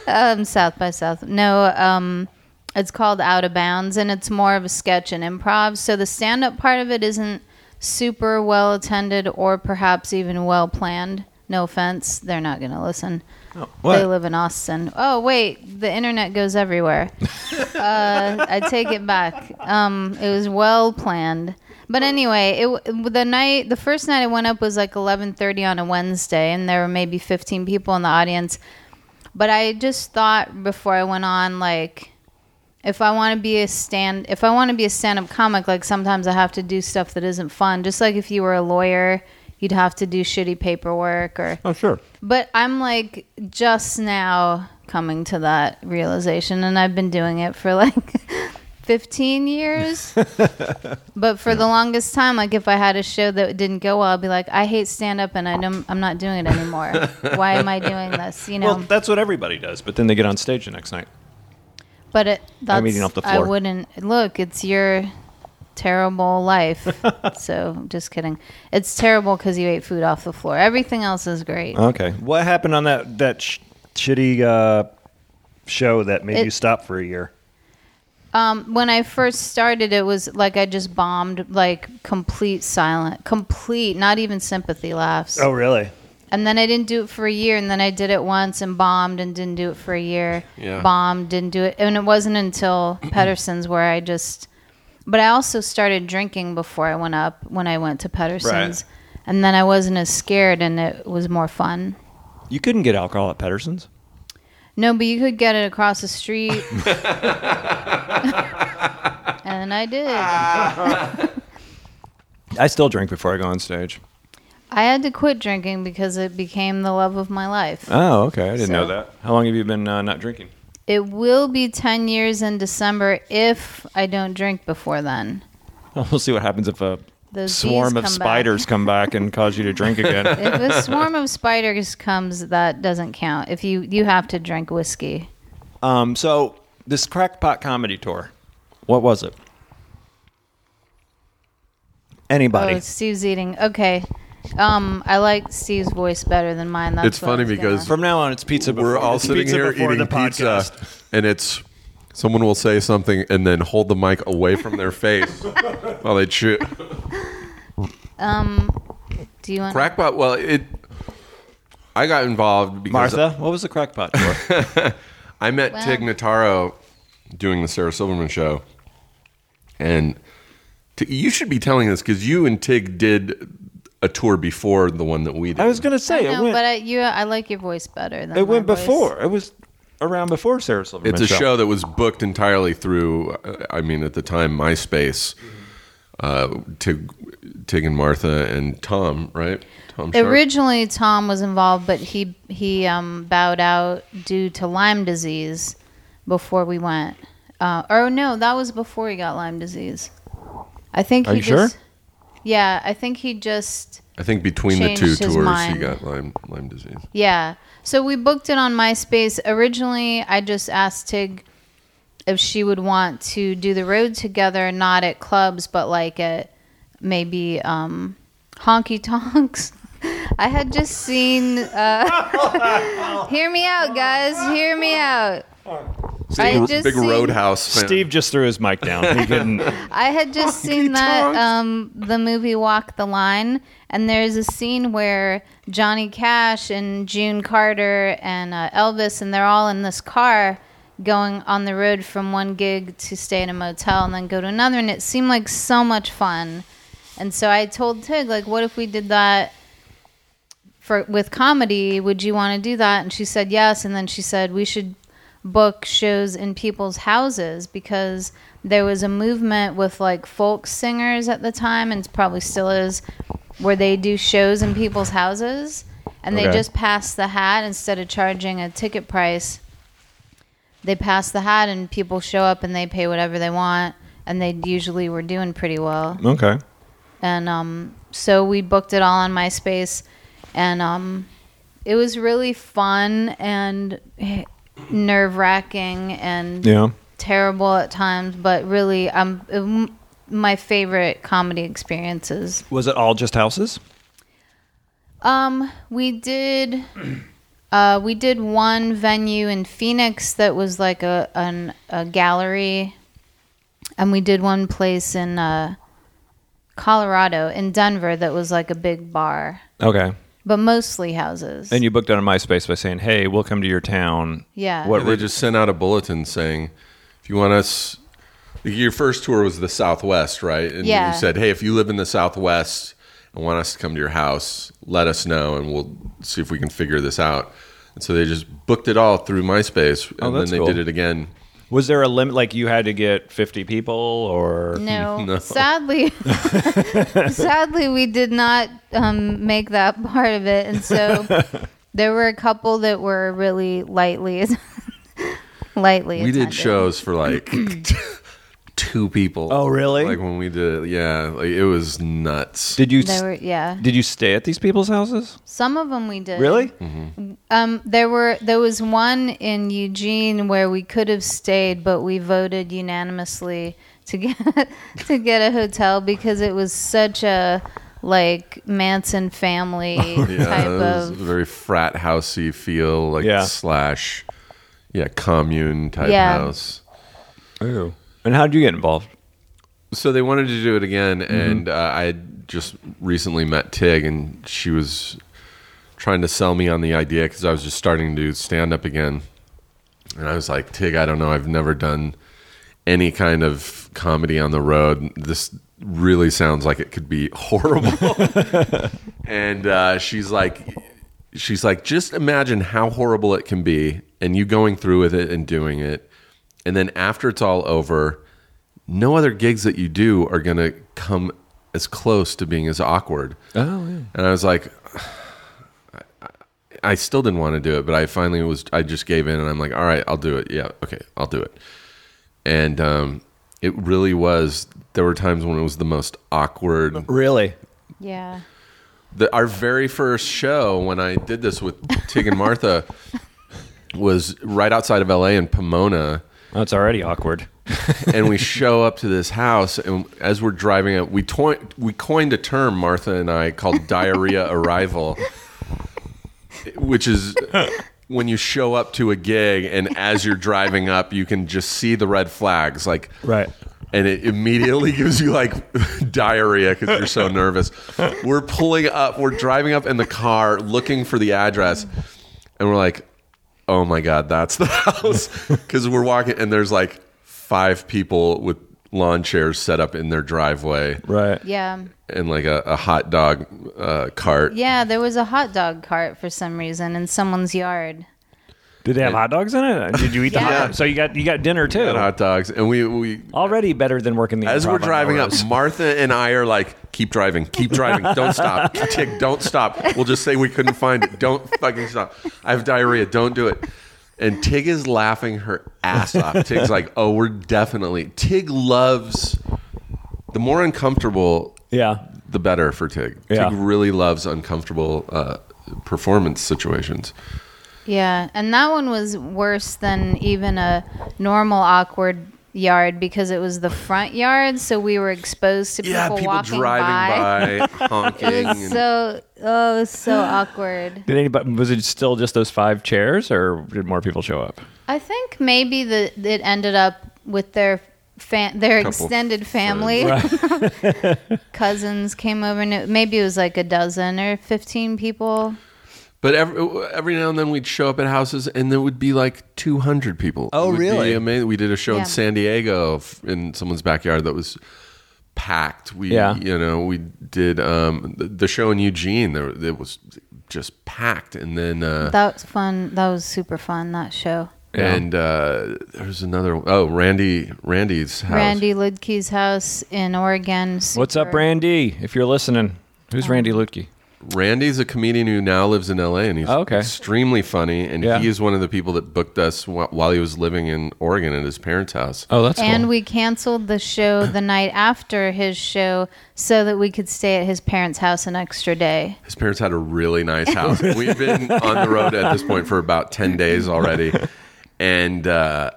[SPEAKER 5] um, South by South. No, um, it's called Out of Bounds, and it's more of a sketch and improv. So the stand-up part of it isn't super well attended, or perhaps even well planned. No offense, they're not going to listen.
[SPEAKER 4] Oh,
[SPEAKER 5] They live in Austin. Oh wait, the internet goes everywhere. uh, I take it back. Um, it was well planned, but anyway, it w- the night the first night I went up was like eleven thirty on a Wednesday, and there were maybe fifteen people in the audience. But I just thought before I went on, like, if I want to be a stand, if I want to be a stand-up comic, like sometimes I have to do stuff that isn't fun. Just like if you were a lawyer, you'd have to do shitty paperwork or
[SPEAKER 4] Oh, sure.
[SPEAKER 5] but I'm like just now coming to that realization, and I've been doing it for like 15 years. but for the longest time, like if I had a show that didn't go well, I'd be like, I hate stand up, and I don't, I'm not doing it anymore. Why am I doing this? You know.
[SPEAKER 4] Well, that's what everybody does, but then they get on stage the next night.
[SPEAKER 5] but it, that's
[SPEAKER 4] eating off the
[SPEAKER 5] I
[SPEAKER 4] floor.
[SPEAKER 5] wouldn't look. It's your terrible life. so just kidding. It's terrible because you ate food off the floor. Everything else is great.
[SPEAKER 4] Okay. What happened on that that sh- shitty uh, show that made
[SPEAKER 5] It-
[SPEAKER 4] you stop for a year?
[SPEAKER 5] Um, when I first started, it was like I just bombed, like complete silent, complete, not even sympathy laughs.
[SPEAKER 4] Oh, really?
[SPEAKER 5] And then I didn't do it for a year, and then I did it once and bombed and didn't do it for a year.
[SPEAKER 6] Yeah.
[SPEAKER 5] Bombed, didn't do it. And it wasn't until Pedersen's where I just. But I also started drinking before I went up when I went to Pedersen's. And then I wasn't as scared, and it was more fun.
[SPEAKER 4] You couldn't get alcohol at Pedersen's.
[SPEAKER 5] No, but you could get it across the street. and I did.
[SPEAKER 4] I still drink before I go on stage.
[SPEAKER 5] I had to quit drinking because it became the love of my life.
[SPEAKER 4] Oh, okay. I didn't know
[SPEAKER 5] So-
[SPEAKER 4] that. How long have you been uh, not drinking?
[SPEAKER 5] It will be 10 years in December if I don't drink before then.
[SPEAKER 4] We'll see what happens if a
[SPEAKER 5] Those
[SPEAKER 4] swarm
[SPEAKER 5] bees
[SPEAKER 4] of
[SPEAKER 5] come back.
[SPEAKER 4] spiders come back and cause you to drink again.
[SPEAKER 5] If a swarm of spiders comes, that doesn't count. If you you have to drink whiskey.
[SPEAKER 4] um, so this crackpot comedy tour, what was it? Anybody?
[SPEAKER 5] Oh, Steve's eating. Okay. Um, I like Steve's voice better than mine. That's
[SPEAKER 6] It's
[SPEAKER 5] what I
[SPEAKER 6] funny
[SPEAKER 5] was
[SPEAKER 6] because-
[SPEAKER 4] From now on, it's pizza. Before,
[SPEAKER 6] We're all
[SPEAKER 4] it's
[SPEAKER 6] sitting
[SPEAKER 4] pizza
[SPEAKER 6] here
[SPEAKER 4] before
[SPEAKER 6] eating
[SPEAKER 4] the podcast.
[SPEAKER 6] pizza, and it's someone will say something and then hold the mic away from their face while they chew.
[SPEAKER 5] gonna- do you want?
[SPEAKER 6] Crackpot. Well, it. I got involved because
[SPEAKER 4] Martha, what was the crackpot tour?
[SPEAKER 6] I met Tig Notaro doing the Sarah Silverman show, and t- you should be telling this because you and Tig did a tour before the one that we did.
[SPEAKER 4] I was going to
[SPEAKER 5] I
[SPEAKER 4] say it
[SPEAKER 5] know,
[SPEAKER 4] went.
[SPEAKER 5] but I, you, I like your voice better than
[SPEAKER 4] it went
[SPEAKER 5] my voice.
[SPEAKER 4] before. It was around before Sarah Silverman.
[SPEAKER 6] it's a show. that was booked entirely through uh, i mean at the time myspace
[SPEAKER 5] Mm-hmm.
[SPEAKER 6] uh, tig, tig and martha and tom right tom Sharp?
[SPEAKER 5] Originally, Tom was involved, but he he um, bowed out due to Lyme disease before we went. Uh, or no, that was before he got Lyme disease. I think.
[SPEAKER 4] Are
[SPEAKER 5] he
[SPEAKER 4] you sure?
[SPEAKER 5] just, Yeah, I think he just.
[SPEAKER 6] i think between the
[SPEAKER 5] changed
[SPEAKER 6] two
[SPEAKER 5] his
[SPEAKER 6] tours he
[SPEAKER 5] mind.
[SPEAKER 6] got lyme, lyme disease
[SPEAKER 5] Yeah. So we booked it on MySpace. Originally, I just asked Tig if she would want to do the road together, not at clubs, but like at maybe um, honky tonks. I had just seen. Uh, hear me out, guys. Hear me out. I
[SPEAKER 6] big,
[SPEAKER 5] just
[SPEAKER 6] big
[SPEAKER 5] seen-
[SPEAKER 6] roadhouse fan.
[SPEAKER 4] Steve just threw his mic down. He couldn't.
[SPEAKER 5] I had just seen that um, the movie Walk the Line, and there's a scene where Johnny Cash and June Carter and uh, Elvis, and they're all in this car going on the road from one gig to stay in a motel and then go to another, and it seemed like so much fun. And so I told Tig, like, what if we did that for with comedy? Would you want to do that? And she said yes. And then she said we should book shows in people's houses because there was a movement with like folk singers at the time, and it probably still is, where they do shows in people's houses, and they
[SPEAKER 4] Okay.
[SPEAKER 5] just pass the hat instead of charging a ticket price. They pass the hat, and people show up, and they pay whatever they want, and they usually were doing pretty well
[SPEAKER 4] okay.
[SPEAKER 5] and um, so we booked it all on MySpace, and um, it was really fun and nerve wracking and
[SPEAKER 4] Yeah.
[SPEAKER 5] terrible at times, but really, um, it- m- my favorite comedy experiences.
[SPEAKER 4] Was it all just houses?
[SPEAKER 5] Um, we did. Uh, we did one venue in Phoenix that was like a an, a gallery, and we did one place in uh, Colorado in Denver that was like a big bar,
[SPEAKER 4] Okay.
[SPEAKER 5] but mostly houses.
[SPEAKER 4] And you booked it on MySpace by saying, "Hey, we'll come to your town."
[SPEAKER 5] yeah,
[SPEAKER 4] What-
[SPEAKER 6] they just sent out a bulletin saying if you want us your first tour was the southwest right and
[SPEAKER 5] Yeah.
[SPEAKER 6] you said hey if you live in the southwest and want us to come to your house let us know and we'll see if we can figure this out and so they just booked it all through myspace and then
[SPEAKER 4] that's
[SPEAKER 6] they
[SPEAKER 4] cool.
[SPEAKER 6] did it again
[SPEAKER 4] Was there a limit? Like you had to get fifty people, or
[SPEAKER 5] No,
[SPEAKER 6] No.
[SPEAKER 5] sadly, sadly, we did not um, make that part of it, and so there were a couple that were really lightly, lightly.
[SPEAKER 6] we did
[SPEAKER 5] attended.
[SPEAKER 6] shows for like two people
[SPEAKER 4] Oh, really?
[SPEAKER 6] like when we did it yeah like it was nuts
[SPEAKER 4] did you
[SPEAKER 5] They
[SPEAKER 4] s-
[SPEAKER 5] were, yeah.
[SPEAKER 4] did you stay at these people's houses?
[SPEAKER 5] Some of them we did.
[SPEAKER 4] Really?
[SPEAKER 5] Um, there were there was one in Eugene where we could have stayed, but we voted unanimously to get to get a hotel because it was such a like Manson family
[SPEAKER 6] Oh, Yeah,
[SPEAKER 5] type
[SPEAKER 6] it was
[SPEAKER 5] of
[SPEAKER 6] a very frat housey feel, like
[SPEAKER 4] Yeah.
[SPEAKER 6] slash, yeah, commune type
[SPEAKER 5] Yeah.
[SPEAKER 6] house.
[SPEAKER 4] Ooh. And how did you get involved?
[SPEAKER 6] So they wanted to do it again, and uh, I had just recently met Tig, and she was trying to sell me on the idea because I was just starting to stand up again. And I was like, Tig, I don't know. I've never done any kind of comedy on the road. This really sounds like it could be horrible. and uh, she's like, she's like, just imagine how horrible it can be, and you going through with it and doing it, and then after it's all over, no other gigs that you do are gonna come as close to being as awkward.
[SPEAKER 4] Oh, yeah.
[SPEAKER 6] And I was like, I still didn't want to do it, but I finally was. I just gave in, and I'm like, "All right, I'll do it. Yeah, okay, I'll do it." And um, it really was. There were times when it was the most awkward.
[SPEAKER 4] Really?
[SPEAKER 5] Yeah.
[SPEAKER 6] The, our very first show when I did this with Tig and Martha was right outside of LA in Pomona,
[SPEAKER 4] That's already awkward.
[SPEAKER 6] and we show up to this house, and as we're driving up, we toi- we coined a term Martha and I called diarrhea arrival, which is when you show up to a gig and as you're driving up, you can just see the red flags, like
[SPEAKER 4] Right.
[SPEAKER 6] and it immediately gives you like diarrhea because you're so nervous. We're pulling up, we're driving up in the car looking for the address, and we're like, oh my God, that's the house. Because we're walking, and there's like five people with lawn chairs set up in their driveway
[SPEAKER 4] Right.
[SPEAKER 5] Yeah.
[SPEAKER 6] and like a, a hot dog uh, cart.
[SPEAKER 5] Yeah, there was a hot dog cart for some reason in someone's yard.
[SPEAKER 4] Did they have hot dogs in it? Did you eat the hot
[SPEAKER 5] Yeah.
[SPEAKER 4] dogs? So you got you got dinner too.
[SPEAKER 6] And hot dogs, and we we
[SPEAKER 4] Already better than working the
[SPEAKER 6] As we're
[SPEAKER 4] Improv on
[SPEAKER 6] driving up,
[SPEAKER 4] Melrose.
[SPEAKER 6] Martha and I are like, keep driving, keep driving, don't stop. Tick, don't stop. We'll just say we couldn't find it. Don't fucking stop. I have diarrhea, don't do it. And Tig is laughing her ass off. Tig's like, oh, we're definitely. Tig loves the more uncomfortable,
[SPEAKER 4] Yeah.
[SPEAKER 6] the better for Tig.
[SPEAKER 4] Yeah.
[SPEAKER 6] Tig really loves uncomfortable uh, performance situations.
[SPEAKER 5] Yeah, and that one was worse than even a normal awkward yard because it was the front yard, so we were exposed to people,
[SPEAKER 6] Yeah, people
[SPEAKER 5] walking by.
[SPEAKER 6] driving by, honking.
[SPEAKER 5] It was
[SPEAKER 6] and-
[SPEAKER 5] so oh, it was so awkward.
[SPEAKER 4] Did anybody? Was it still just those five chairs, or did more people show up?
[SPEAKER 5] I think maybe the it ended up with their fa- their
[SPEAKER 6] Couple
[SPEAKER 5] extended family cousins came over, and it, maybe it was like a dozen or fifteen people.
[SPEAKER 6] But every, every now and then we'd show up at houses, and there would be like 200 people. Oh,
[SPEAKER 4] really?
[SPEAKER 6] amazing. We did a show
[SPEAKER 5] Yeah.
[SPEAKER 6] in San Diego f- in someone's backyard that was packed. We,
[SPEAKER 4] Yeah.
[SPEAKER 6] you know, we did um, the, the show in Eugene. There, it was just packed, and then uh,
[SPEAKER 5] That was fun. That was super fun. That show.
[SPEAKER 4] Yeah.
[SPEAKER 6] and uh, there was another. Oh, Randy, Randy's house.
[SPEAKER 5] Randy Lidke's house in Oregon.
[SPEAKER 4] What's up,
[SPEAKER 5] Super-
[SPEAKER 4] Randy? If you're listening, who's Randy Lutke?
[SPEAKER 6] Randy's a comedian who now lives in LA, and he's
[SPEAKER 4] Oh, okay.
[SPEAKER 6] extremely funny. And
[SPEAKER 4] Yeah.
[SPEAKER 6] he is one of the people that booked us wh- while he was living in Oregon at his parents' house.
[SPEAKER 4] Oh, that's
[SPEAKER 5] And we canceled the show the night after his show so that we could stay at his parents' house an extra day.
[SPEAKER 6] His parents had a really nice house. We've been on the road at this point for about 10 days already. And, uh,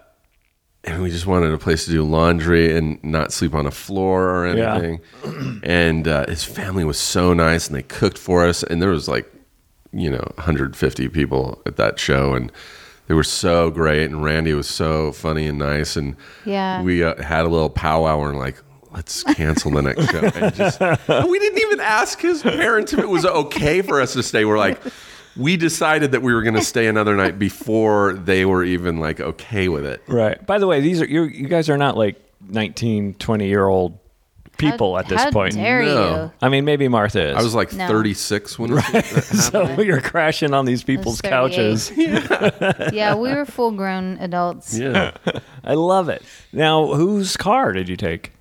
[SPEAKER 6] and we just wanted a place to do laundry and not sleep on a floor or
[SPEAKER 4] Yeah.
[SPEAKER 6] anything. And uh, his family was so nice and they cooked for us. And there was like, you know, 150 people at that show. And they were so great. And Randy was so funny and nice. And
[SPEAKER 5] Yeah.
[SPEAKER 6] we uh, had a little powwow and like, let's cancel the next show. And just, and we didn't even ask his parents if it was okay for us to stay. We're like, we decided that we were going to stay another night before they were even like okay with it.
[SPEAKER 4] right. By the way, these are you. You guys are not like 19, 20 year old people
[SPEAKER 5] How-
[SPEAKER 4] at this
[SPEAKER 5] how
[SPEAKER 4] point.
[SPEAKER 5] dare
[SPEAKER 6] No.
[SPEAKER 5] you?
[SPEAKER 4] I mean, maybe Martha is.
[SPEAKER 6] I was like
[SPEAKER 5] No.
[SPEAKER 6] 36 when it was,
[SPEAKER 4] so you're crashing on these people's
[SPEAKER 5] was 38.
[SPEAKER 4] couches.
[SPEAKER 5] Yeah, we were full grown adults.
[SPEAKER 6] yeah.
[SPEAKER 4] I love it. Now, whose car did you take?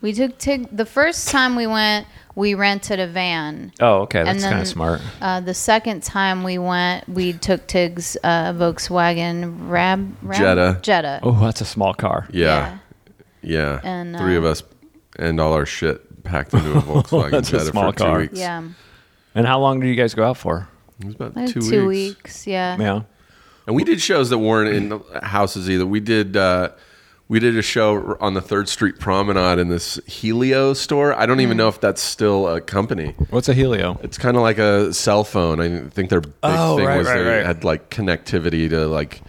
[SPEAKER 5] We took Tig. The first time we went, we rented a van.
[SPEAKER 4] Oh, okay, that's
[SPEAKER 5] then-
[SPEAKER 4] kind of smart.
[SPEAKER 5] Uh, the second time we went, we took Tig's uh, Volkswagen Rab, Rab
[SPEAKER 6] Jetta.
[SPEAKER 5] Jetta.
[SPEAKER 4] Oh, that's a small car.
[SPEAKER 6] Yeah. Yeah.
[SPEAKER 5] And,
[SPEAKER 6] Three of
[SPEAKER 5] uh,
[SPEAKER 6] us and all our shit packed into a Volkswagen
[SPEAKER 4] That's a
[SPEAKER 6] Jetta
[SPEAKER 4] small
[SPEAKER 6] for
[SPEAKER 4] car.
[SPEAKER 6] two weeks.
[SPEAKER 5] Yeah.
[SPEAKER 4] And how long do you guys go out for?
[SPEAKER 6] It was about
[SPEAKER 5] Like
[SPEAKER 6] two,
[SPEAKER 5] Two,
[SPEAKER 6] weeks.
[SPEAKER 5] weeks. Yeah.
[SPEAKER 4] Yeah.
[SPEAKER 6] And we did shows that weren't in the houses either. We did uh, we did a show on the Third Street Promenade in this Helio store. I
[SPEAKER 4] Mm.
[SPEAKER 6] don't even know if that's still a company.
[SPEAKER 4] What's a Helio?
[SPEAKER 6] It's kind of like a cell phone. I think their big
[SPEAKER 4] Oh,
[SPEAKER 6] thing
[SPEAKER 4] right,
[SPEAKER 6] was
[SPEAKER 4] right,
[SPEAKER 6] they
[SPEAKER 4] right.
[SPEAKER 6] had like connectivity to like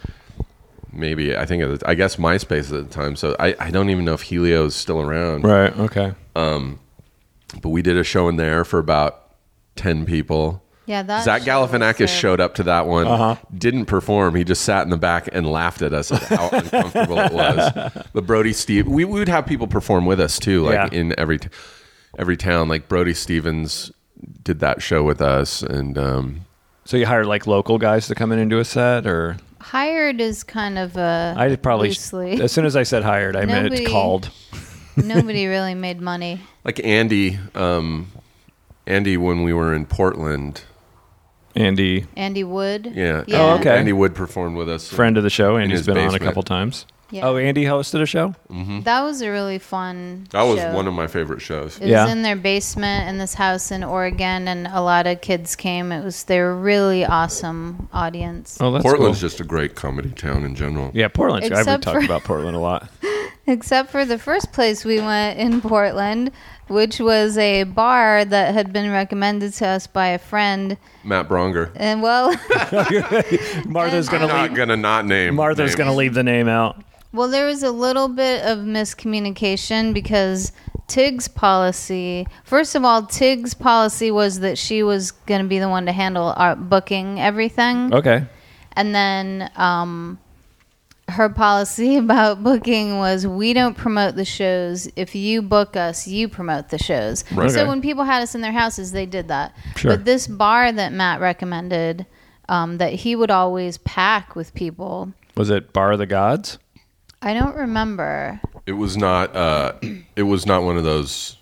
[SPEAKER 6] maybe I think it was, I guess MySpace at the time. So I, I don't even know if Helio is still around.
[SPEAKER 4] Right. Okay.
[SPEAKER 6] But we did a show in there for about ten people.
[SPEAKER 5] Yeah, that
[SPEAKER 6] Zach
[SPEAKER 5] shit was
[SPEAKER 6] Galifianakis
[SPEAKER 5] sick.
[SPEAKER 6] showed up to that one,
[SPEAKER 4] Uh-huh.
[SPEAKER 6] didn't perform. He just sat in the back and laughed at us at how uncomfortable it was. The Brody Steve, we, we would have people perform with us too, like
[SPEAKER 4] Yeah.
[SPEAKER 6] in every t- every town. Like Brody Stevens did that show with us, and um,
[SPEAKER 4] So you hired like local guys to come in and do a set, or
[SPEAKER 5] Hired is kind of a.
[SPEAKER 4] I did probably
[SPEAKER 5] loosely.
[SPEAKER 4] as soon as I said hired, I
[SPEAKER 5] Nobody-
[SPEAKER 4] meant called.
[SPEAKER 5] Nobody really made money.
[SPEAKER 6] like Andy, um, Andy when we were in Portland,
[SPEAKER 4] Andy,
[SPEAKER 5] Andy Wood.
[SPEAKER 6] yeah,
[SPEAKER 5] Yeah.
[SPEAKER 4] Oh, okay.
[SPEAKER 6] Andy Wood performed with us.
[SPEAKER 4] friend of the show, Andy's
[SPEAKER 6] his
[SPEAKER 4] been on a
[SPEAKER 6] basement.
[SPEAKER 4] couple times.
[SPEAKER 5] Yeah.
[SPEAKER 4] Oh, Andy hosted a show.
[SPEAKER 5] That was a really fun.
[SPEAKER 6] that was
[SPEAKER 5] show.
[SPEAKER 6] one of my favorite shows.
[SPEAKER 5] It
[SPEAKER 4] Yeah.
[SPEAKER 5] was in their basement in this house in Oregon, and a lot of kids came. It was they were really awesome audience,
[SPEAKER 4] Oh, that's
[SPEAKER 6] Portland's
[SPEAKER 4] cool.
[SPEAKER 6] just a great comedy town in general.
[SPEAKER 4] yeah, Portland. I've
[SPEAKER 5] Except
[SPEAKER 4] talked
[SPEAKER 5] for-
[SPEAKER 4] about Portland a lot.
[SPEAKER 5] except for the first place we went in Portland, which was a bar that had been recommended to us by a friend.
[SPEAKER 6] Matt Bronger.
[SPEAKER 5] And well,
[SPEAKER 4] Martha's
[SPEAKER 5] And-
[SPEAKER 4] gonna leave.
[SPEAKER 6] Not gonna not name.
[SPEAKER 4] Martha's
[SPEAKER 6] names.
[SPEAKER 4] gonna leave the name out.
[SPEAKER 5] well, there was a little bit of miscommunication because Tig's policy. First of all, Tig's policy was that she was going to be the one to handle our booking everything.
[SPEAKER 4] Okay.
[SPEAKER 5] And then um, her policy about booking was we don't promote the shows. If you book us, you promote the shows.
[SPEAKER 4] Okay.
[SPEAKER 5] So when people had us in their houses, they did that.
[SPEAKER 4] Sure.
[SPEAKER 5] But this bar that Matt recommended um, that he would always pack with people,
[SPEAKER 4] Was it Bar of the Gods?
[SPEAKER 5] I don't remember.
[SPEAKER 6] It was not. Uh, it was not one of those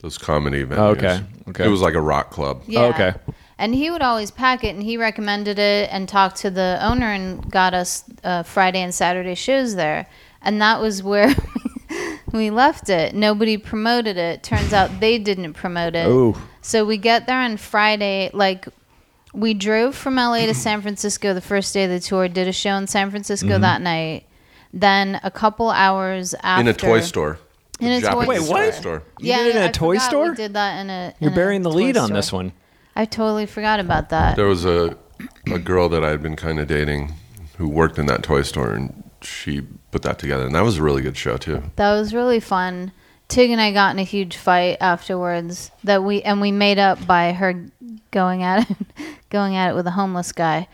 [SPEAKER 6] those comedy venues.
[SPEAKER 4] Oh, okay, okay.
[SPEAKER 6] It was like a rock club.
[SPEAKER 5] Yeah.
[SPEAKER 4] Oh, okay.
[SPEAKER 5] And he would always pack it, and he recommended it and talked to the owner and got us uh, Friday and Saturday shows there. And that was where we left it. Nobody promoted it. Turns out they didn't promote it.
[SPEAKER 4] Ooh.
[SPEAKER 5] So we get there on Friday. Like, we drove from LA to San Francisco the first day of the tour, did a show in San Francisco
[SPEAKER 4] Mm-hmm.
[SPEAKER 5] that night. Then a couple hours after.
[SPEAKER 6] In a toy store.
[SPEAKER 5] In a toy
[SPEAKER 6] Japanese
[SPEAKER 5] Wait,
[SPEAKER 6] toy
[SPEAKER 4] what?
[SPEAKER 6] store.
[SPEAKER 4] You did it in
[SPEAKER 5] a
[SPEAKER 4] a toy store?
[SPEAKER 5] We did that in a.
[SPEAKER 4] You're
[SPEAKER 5] in a
[SPEAKER 4] burying the
[SPEAKER 5] Uh, toy
[SPEAKER 4] lead on
[SPEAKER 5] store.
[SPEAKER 4] this one.
[SPEAKER 5] I totally forgot about that.
[SPEAKER 6] There was a a girl that I had been kind of dating who worked in that toy store, and she put that together, and that was a really good show too.
[SPEAKER 5] That was really fun. Tig and I got in a huge fight afterwards that we and we made up by her going at it, going at it with a homeless guy.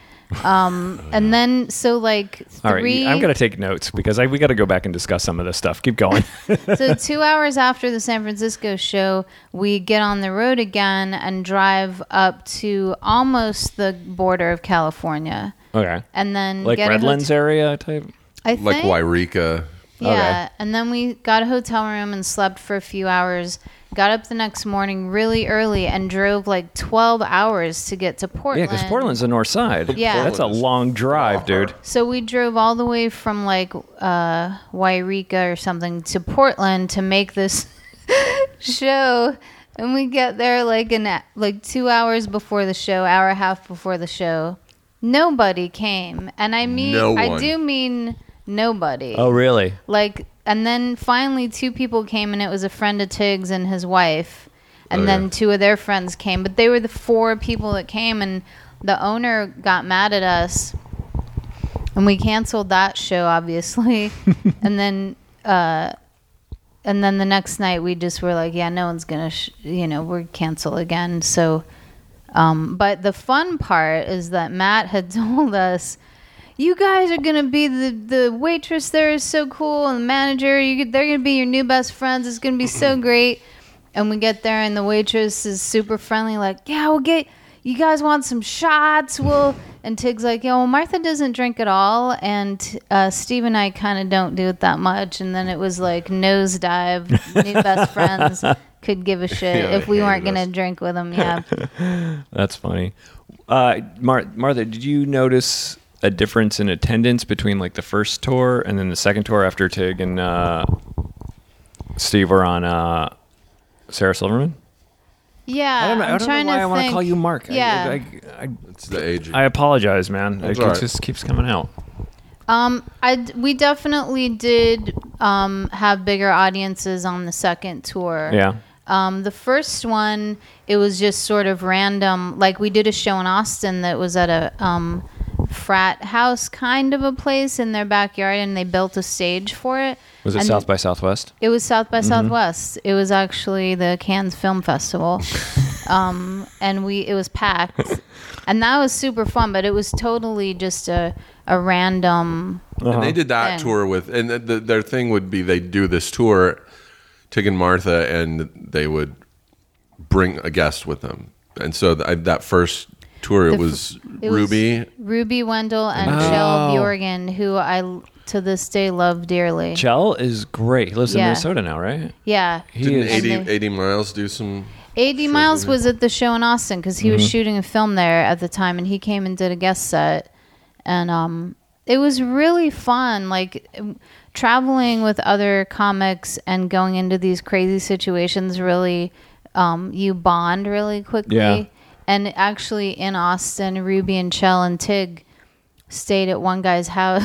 [SPEAKER 5] Um, and then so like 3
[SPEAKER 4] Oh, All right, I'm gonna take notes because I, we got to go back and discuss some of this stuff. Keep going.
[SPEAKER 5] so two hours after the San Francisco show, we get on the road again and drive up to almost the border of California,
[SPEAKER 4] okay.
[SPEAKER 5] and then
[SPEAKER 4] Like
[SPEAKER 5] get a
[SPEAKER 4] Redlands
[SPEAKER 5] hotel-
[SPEAKER 4] area type.
[SPEAKER 5] I think,
[SPEAKER 6] Like Wairika.
[SPEAKER 5] Yeah, and then we got a hotel room and slept for a few hours. Got up the next morning really early and drove like twelve hours to get to
[SPEAKER 4] Yeah,
[SPEAKER 5] Portland.
[SPEAKER 4] because Portland's the north side.
[SPEAKER 5] Yeah.
[SPEAKER 4] That's a
[SPEAKER 6] Portland is
[SPEAKER 4] long drive, dude.
[SPEAKER 5] So we drove all the way from like uh, Wairika or something to Portland to make this show, and we get there like an a- like two hours before the show, hour and a half before the show. Nobody came, and I mean,
[SPEAKER 6] No
[SPEAKER 5] I
[SPEAKER 6] one.
[SPEAKER 5] do mean nobody.
[SPEAKER 4] Oh, really?
[SPEAKER 5] Like, and then finally, two people came, and it was a friend of Tig's and his wife, and
[SPEAKER 6] Oh,
[SPEAKER 5] then
[SPEAKER 6] yeah.
[SPEAKER 5] two of their friends came. But they were the four people that came, and the owner got mad at us, and we canceled that show, obviously. and then, uh, and then the next night, we just were like, "Yeah, no one's gonna, sh- you know, we're cancel again." So. Um, but the fun part is that Matt had told us you guys are gonna be the the waitress there is so cool and the manager you could, they're gonna be your new best friends it's gonna be so great and we get there and the waitress is super friendly like yeah we'll get you guys want some shots we'll and tig's like yeah well martha doesn't drink at all and uh, steve and i kind of don't do it that much and then it was like nosedive new best friends could give a shit
[SPEAKER 6] Yeah,
[SPEAKER 5] if
[SPEAKER 6] they
[SPEAKER 5] we weren't
[SPEAKER 6] hated
[SPEAKER 5] gonna
[SPEAKER 6] us.
[SPEAKER 5] drink with them yeah
[SPEAKER 4] That's funny. Uh, Mar- Martha, did you notice a difference in attendance between like the first tour and then the second tour after Tig and uh, Steve were on uh, Sarah Silverman?
[SPEAKER 5] yeah
[SPEAKER 4] I don't know, I
[SPEAKER 5] am
[SPEAKER 4] don't know
[SPEAKER 5] trying
[SPEAKER 4] why
[SPEAKER 5] to
[SPEAKER 4] I want to
[SPEAKER 5] think.
[SPEAKER 4] call you Mark. I-
[SPEAKER 5] yeah
[SPEAKER 4] I, I,
[SPEAKER 6] It's the age.
[SPEAKER 4] I apologize, man.
[SPEAKER 6] That's
[SPEAKER 4] it
[SPEAKER 6] all right.
[SPEAKER 4] just keeps coming out.
[SPEAKER 5] Um, I d- we definitely did um, have bigger audiences on the second tour.
[SPEAKER 4] Yeah.
[SPEAKER 5] Um, the first one, it was just sort of random. Like we did a show in Austin that was at a um, frat house kind of a place in their backyard, and they built a stage for it.
[SPEAKER 4] Was it
[SPEAKER 5] And
[SPEAKER 4] South by Southwest?
[SPEAKER 5] It was South by Southwest. It was actually the Cannes Film Festival. um, and we it was packed, and that was super fun. But it was totally just a a random.
[SPEAKER 6] And
[SPEAKER 4] Uh-huh.
[SPEAKER 6] they did that
[SPEAKER 5] Thing.
[SPEAKER 6] tour with, and th th- their thing would be they do this tour, Tig and Martha, and they would bring a guest with them. And so th- I, that first tour,
[SPEAKER 5] The
[SPEAKER 6] it
[SPEAKER 5] f-
[SPEAKER 6] was
[SPEAKER 5] it was
[SPEAKER 6] Ruby.
[SPEAKER 5] Ruby Wendell, and oh. Bjorgen, who I l- to this day love dearly.
[SPEAKER 4] Chell is great. He lives in
[SPEAKER 5] Yeah.
[SPEAKER 4] Minnesota now, right?
[SPEAKER 5] yeah,
[SPEAKER 4] He
[SPEAKER 6] Didn't
[SPEAKER 4] is.
[SPEAKER 5] and
[SPEAKER 6] 80,
[SPEAKER 5] they-
[SPEAKER 6] 80 Miles do some?
[SPEAKER 5] AD Miles was at the show in Austin because he was shooting a film there at the time, and he came and did a guest set, and um, it was really fun. Like m- traveling with other comics and going into these crazy situations really, um, you bond really quickly.
[SPEAKER 4] Yeah.
[SPEAKER 5] And actually, in Austin, Ruby and Chell and Tig stayed at one guy's house.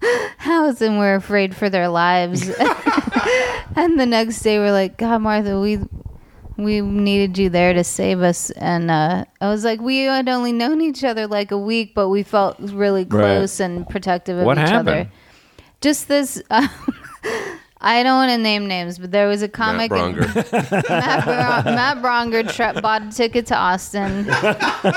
[SPEAKER 5] House and were afraid for their lives. and the next day, we're like, God, Martha, we we needed you there to save us and uh, i was like we had only known each other like a week but we felt really close and protective of
[SPEAKER 4] What
[SPEAKER 5] each
[SPEAKER 4] happened?
[SPEAKER 5] other just this uh, i don't want to name names but there was a
[SPEAKER 6] Matt
[SPEAKER 5] comic in-
[SPEAKER 6] Bronger.
[SPEAKER 5] matt, Bro- matt bronger tra- bought a ticket to austin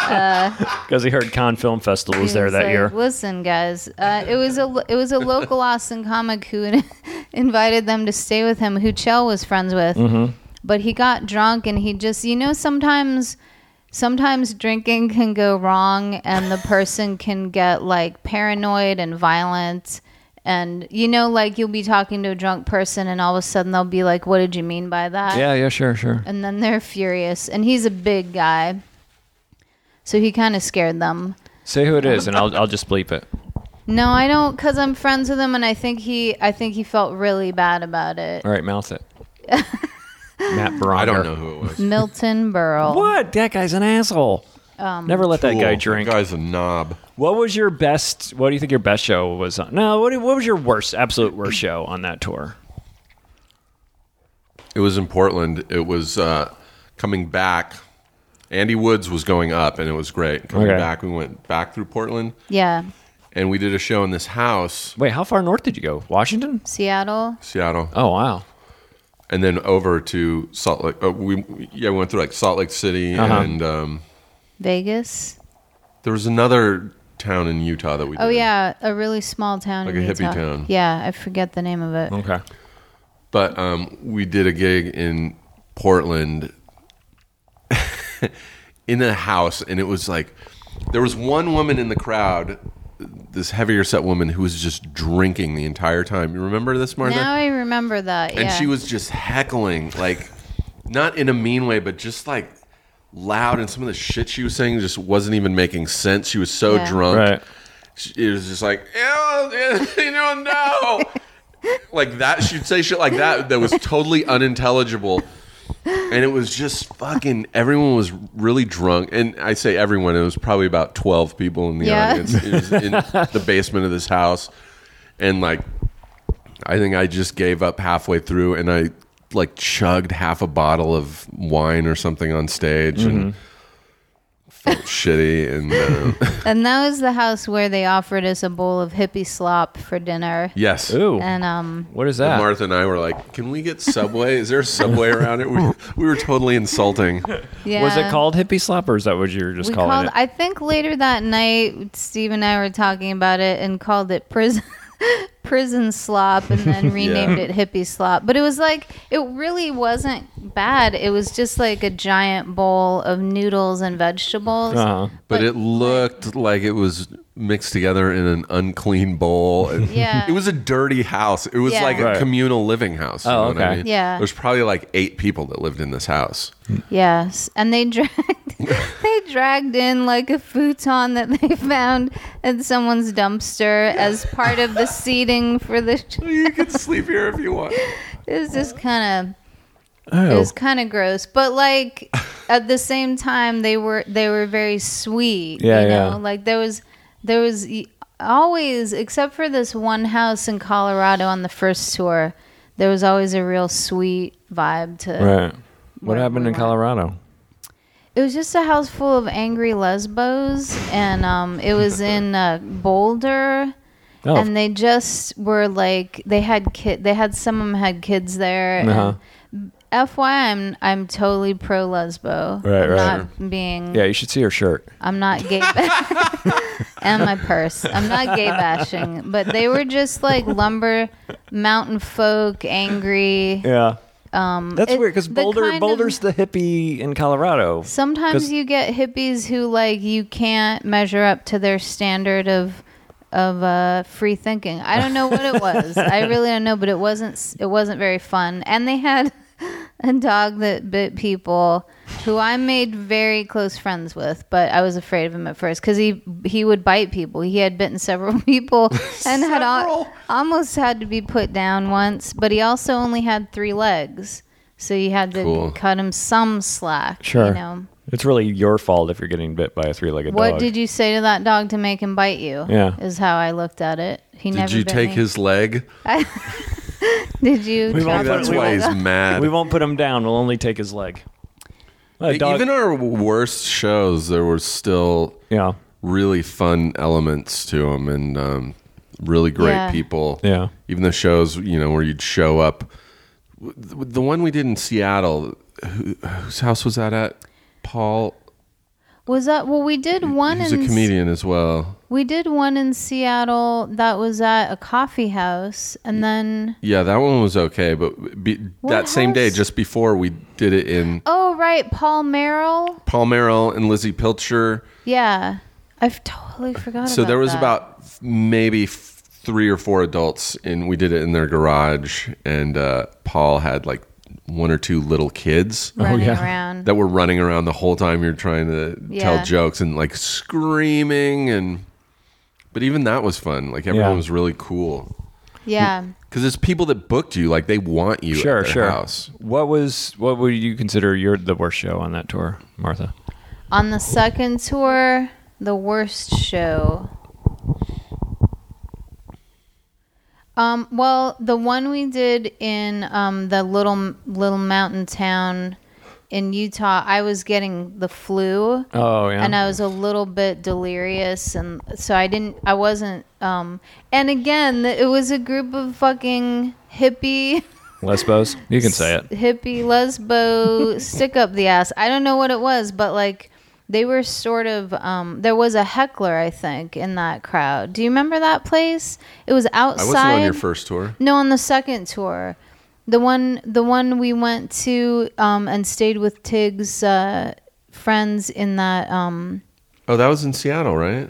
[SPEAKER 4] Because he heard Con Film Festival was
[SPEAKER 5] He
[SPEAKER 4] there that
[SPEAKER 5] like,
[SPEAKER 4] year.
[SPEAKER 5] Listen, guys, uh, it was a lo- it was a local Austin comic who invited them to stay with him, who Chell was friends with.
[SPEAKER 4] Mm-hmm.
[SPEAKER 5] But he got drunk, and he just you know sometimes sometimes drinking can go wrong, and the person can get like paranoid and violent. And you know, like you'll be talking to a drunk person, and all of a sudden they'll be like, "What did you mean by that?"
[SPEAKER 4] Yeah, yeah, sure, sure.
[SPEAKER 5] and then they're furious. And he's a big guy, so he kind of scared them.
[SPEAKER 4] Say who it is, and I'll I'll just bleep it.
[SPEAKER 5] No, I don't, cause I'm friends with him, and I think he, I think he felt really bad about it.
[SPEAKER 4] All right, mouth it. Matt Bronger.
[SPEAKER 6] I don't know who it was.
[SPEAKER 5] Milton Berle.
[SPEAKER 4] What? That guy's an asshole.
[SPEAKER 5] Um,
[SPEAKER 4] Never let that guy
[SPEAKER 6] Cool.
[SPEAKER 4] drink.
[SPEAKER 6] guy's a knob.
[SPEAKER 4] What was your best? What do you think your best show was on? No, what, what was your worst, absolute worst show on that tour?
[SPEAKER 6] It was in Portland. It was uh, coming back. Andy Woods was going up, and it was great. Coming
[SPEAKER 4] Okay.
[SPEAKER 6] back, we went back through Portland,
[SPEAKER 5] Yeah,
[SPEAKER 6] and we did a show in this house,
[SPEAKER 4] Wait, how far north did you go? Washington?
[SPEAKER 5] Seattle.
[SPEAKER 6] Seattle,
[SPEAKER 4] Oh wow.
[SPEAKER 6] and then over to Salt Lake. Uh, we yeah, we went through like Salt Lake City,
[SPEAKER 4] Uh-huh.
[SPEAKER 6] and um,
[SPEAKER 5] Vegas.
[SPEAKER 6] there was another town in Utah that we.
[SPEAKER 5] Oh
[SPEAKER 6] did,
[SPEAKER 5] yeah, a really small town.
[SPEAKER 6] Like
[SPEAKER 5] in
[SPEAKER 6] a hippie
[SPEAKER 5] Utah.
[SPEAKER 6] town.
[SPEAKER 5] Yeah, I forget the name of it.
[SPEAKER 4] Okay.
[SPEAKER 6] but um, we did a gig in Portland in a house, and it was like there was one woman in the crowd, this heavier set woman who was just drinking the entire time. You remember this, Martha?
[SPEAKER 5] Now I remember that. Yeah.
[SPEAKER 6] and she was just heckling, like not in a mean way, but just like loud. And some of the shit she was saying just wasn't even making sense. She was so
[SPEAKER 5] Yeah.
[SPEAKER 6] drunk
[SPEAKER 4] Right.
[SPEAKER 6] it was just like, "Ew, you don't know. like that, she'd say shit like that that was totally unintelligible. And it was just fucking, everyone was really drunk. And I say everyone, it was probably about 12 people in the
[SPEAKER 5] Yeah.
[SPEAKER 6] audience. It was in the basement of this house. And like, I think I just gave up halfway through and I like chugged half a bottle of wine or something on stage and felt shitty. And uh,
[SPEAKER 5] and that was the house where they offered us a bowl of hippie slop for dinner.
[SPEAKER 6] yes.
[SPEAKER 4] Ooh.
[SPEAKER 5] And um,
[SPEAKER 4] what is
[SPEAKER 6] And
[SPEAKER 4] that?
[SPEAKER 6] Martha and I were like, "Can we get Subway? Is there a Subway around it?" We, we were totally insulting.
[SPEAKER 5] yeah.
[SPEAKER 4] Was it called Hippie Slop, or is that what you were just
[SPEAKER 5] Uh, We
[SPEAKER 4] calling
[SPEAKER 5] called.
[SPEAKER 4] it?
[SPEAKER 5] I think later that night, Steve and I were talking about it and called it prison. prison slop and then renamed it hippie slop but it was like it really wasn't bad it was just like a giant bowl of noodles and vegetables
[SPEAKER 4] Uh-huh.
[SPEAKER 6] But
[SPEAKER 5] But-
[SPEAKER 6] it looked like it was mixed together in an unclean bowl. And
[SPEAKER 5] Yeah.
[SPEAKER 6] it was a dirty house. It was
[SPEAKER 5] Yeah.
[SPEAKER 6] like
[SPEAKER 4] Right.
[SPEAKER 6] a communal living house. you
[SPEAKER 4] Oh,
[SPEAKER 6] know what I
[SPEAKER 4] okay.
[SPEAKER 6] mean?
[SPEAKER 5] Yeah.
[SPEAKER 6] there's probably like eight people that lived in this house.
[SPEAKER 5] yes and they dragged they dragged in like a futon that they found at someone's dumpster as part of the seating for the
[SPEAKER 6] You can sleep here if you want.
[SPEAKER 5] it was just kind of
[SPEAKER 4] Oh.
[SPEAKER 5] It was kind of gross, but like at the same time, they were they were very sweet.
[SPEAKER 4] Yeah,
[SPEAKER 5] you know?
[SPEAKER 4] yeah.
[SPEAKER 5] Like there was there was y- always, except for this one house in Colorado on the first tour, there was always a real sweet vibe to.
[SPEAKER 4] right. What
[SPEAKER 5] Where
[SPEAKER 4] happened in
[SPEAKER 5] we were.
[SPEAKER 4] Colorado?
[SPEAKER 5] It was just a house full of angry lesbos, and um, it was in uh, Boulder.
[SPEAKER 4] Oh,
[SPEAKER 5] and they just were like they had kid they had some of them had kids there
[SPEAKER 4] Uh-huh.
[SPEAKER 5] and FYI, I'm I'm totally pro lesbo.
[SPEAKER 4] Right,
[SPEAKER 5] I'm
[SPEAKER 4] right.
[SPEAKER 5] Not being.
[SPEAKER 4] Yeah, you should see her shirt.
[SPEAKER 5] I'm not gay. ba- and my purse. I'm not gay bashing, but they were just like lumber mountain folk, angry.
[SPEAKER 4] Yeah. Um, That's
[SPEAKER 5] it-
[SPEAKER 4] weird because
[SPEAKER 5] the
[SPEAKER 4] Boulder
[SPEAKER 5] kind of-
[SPEAKER 4] Boulder's the hippie in Colorado.
[SPEAKER 5] Sometimes
[SPEAKER 4] 'Cause-
[SPEAKER 5] you get hippies who like you can't measure up to their standard of of uh, free thinking. I don't know what it was. I really don't know, but it wasn't s- it wasn't very fun. And they had a dog that bit people who I made very close friends with, but I was afraid of him at first cuz he he would bite people. He had bitten several people and had al- almost had to be put down once, but he also only had 3 legs. So you had to
[SPEAKER 6] Cool.
[SPEAKER 5] cut him some slack,
[SPEAKER 4] Sure.
[SPEAKER 5] you know.
[SPEAKER 4] It's really your fault if you're getting bit by a three-legged
[SPEAKER 5] What
[SPEAKER 4] dog.
[SPEAKER 5] did you say to that dog to make him bite you?
[SPEAKER 4] Yeah.
[SPEAKER 5] is how I looked at it. He
[SPEAKER 6] Did
[SPEAKER 5] never
[SPEAKER 6] you
[SPEAKER 5] bit
[SPEAKER 6] take
[SPEAKER 5] me.
[SPEAKER 6] his leg?
[SPEAKER 5] Did you?
[SPEAKER 4] We won't-
[SPEAKER 5] chop
[SPEAKER 6] That's
[SPEAKER 5] his
[SPEAKER 6] why
[SPEAKER 5] leg
[SPEAKER 6] he's
[SPEAKER 5] off?
[SPEAKER 6] mad. E,
[SPEAKER 4] We won't put him down. We'll only take his leg. A dog-
[SPEAKER 6] Even our worst shows, there were still
[SPEAKER 4] yeah,
[SPEAKER 6] really fun elements to them and um, really great
[SPEAKER 5] Yeah.
[SPEAKER 6] people.
[SPEAKER 4] Yeah.
[SPEAKER 6] Even the shows, you know, where you'd show up. The the one we did in Seattle, who, whose house was that at? Paul,
[SPEAKER 5] Was that? Well, we did one
[SPEAKER 6] who's a
[SPEAKER 5] in
[SPEAKER 6] comedian as well.
[SPEAKER 5] we did one in Seattle that was at a coffee house, and then
[SPEAKER 6] Yeah, that one was okay, but be,
[SPEAKER 5] What
[SPEAKER 6] that same day,
[SPEAKER 5] house?
[SPEAKER 6] just before, we did it in
[SPEAKER 5] oh right, Paul Merrill.
[SPEAKER 6] Paul Merrill and Lizzie Pilcher.
[SPEAKER 5] Yeah, I've totally forgot.
[SPEAKER 6] So
[SPEAKER 5] about
[SPEAKER 6] there was
[SPEAKER 5] that.
[SPEAKER 6] about maybe f- three or four adults, and we did it in their garage. And uh, Paul had like one or two little kids
[SPEAKER 5] running
[SPEAKER 4] yeah.
[SPEAKER 5] around.
[SPEAKER 6] oh, that were running around the whole time you're trying to
[SPEAKER 5] Yeah.
[SPEAKER 6] tell jokes and like screaming and. But even that was fun. Like everyone
[SPEAKER 4] Yeah.
[SPEAKER 6] was really cool
[SPEAKER 5] yeah,
[SPEAKER 6] because it's people that booked you. Like they want you
[SPEAKER 4] sure,
[SPEAKER 6] at their
[SPEAKER 4] sure.
[SPEAKER 6] house.
[SPEAKER 4] What was what would you consider your the worst show on that tour, Martha?
[SPEAKER 5] on the second tour, the worst show. Um, well, the one we did in um, the little little mountain town in Utah, I was getting the flu,
[SPEAKER 4] Oh yeah,
[SPEAKER 5] and I was a little bit delirious, and so I didn't, I wasn't. Um, and again, it was a group of fucking hippie
[SPEAKER 4] Lesbos. You can say it.
[SPEAKER 5] hippie lesbo stick up the ass. I don't know what it was, but like they were sort of um there was a heckler I think in that crowd. Do you remember that place? It was
[SPEAKER 6] I
[SPEAKER 5] outside.
[SPEAKER 6] wasn't on your first tour.
[SPEAKER 5] No, on the second tour. The one the one we went to um and stayed with Tig's uh friends in that um
[SPEAKER 6] Oh, that was in Seattle, right?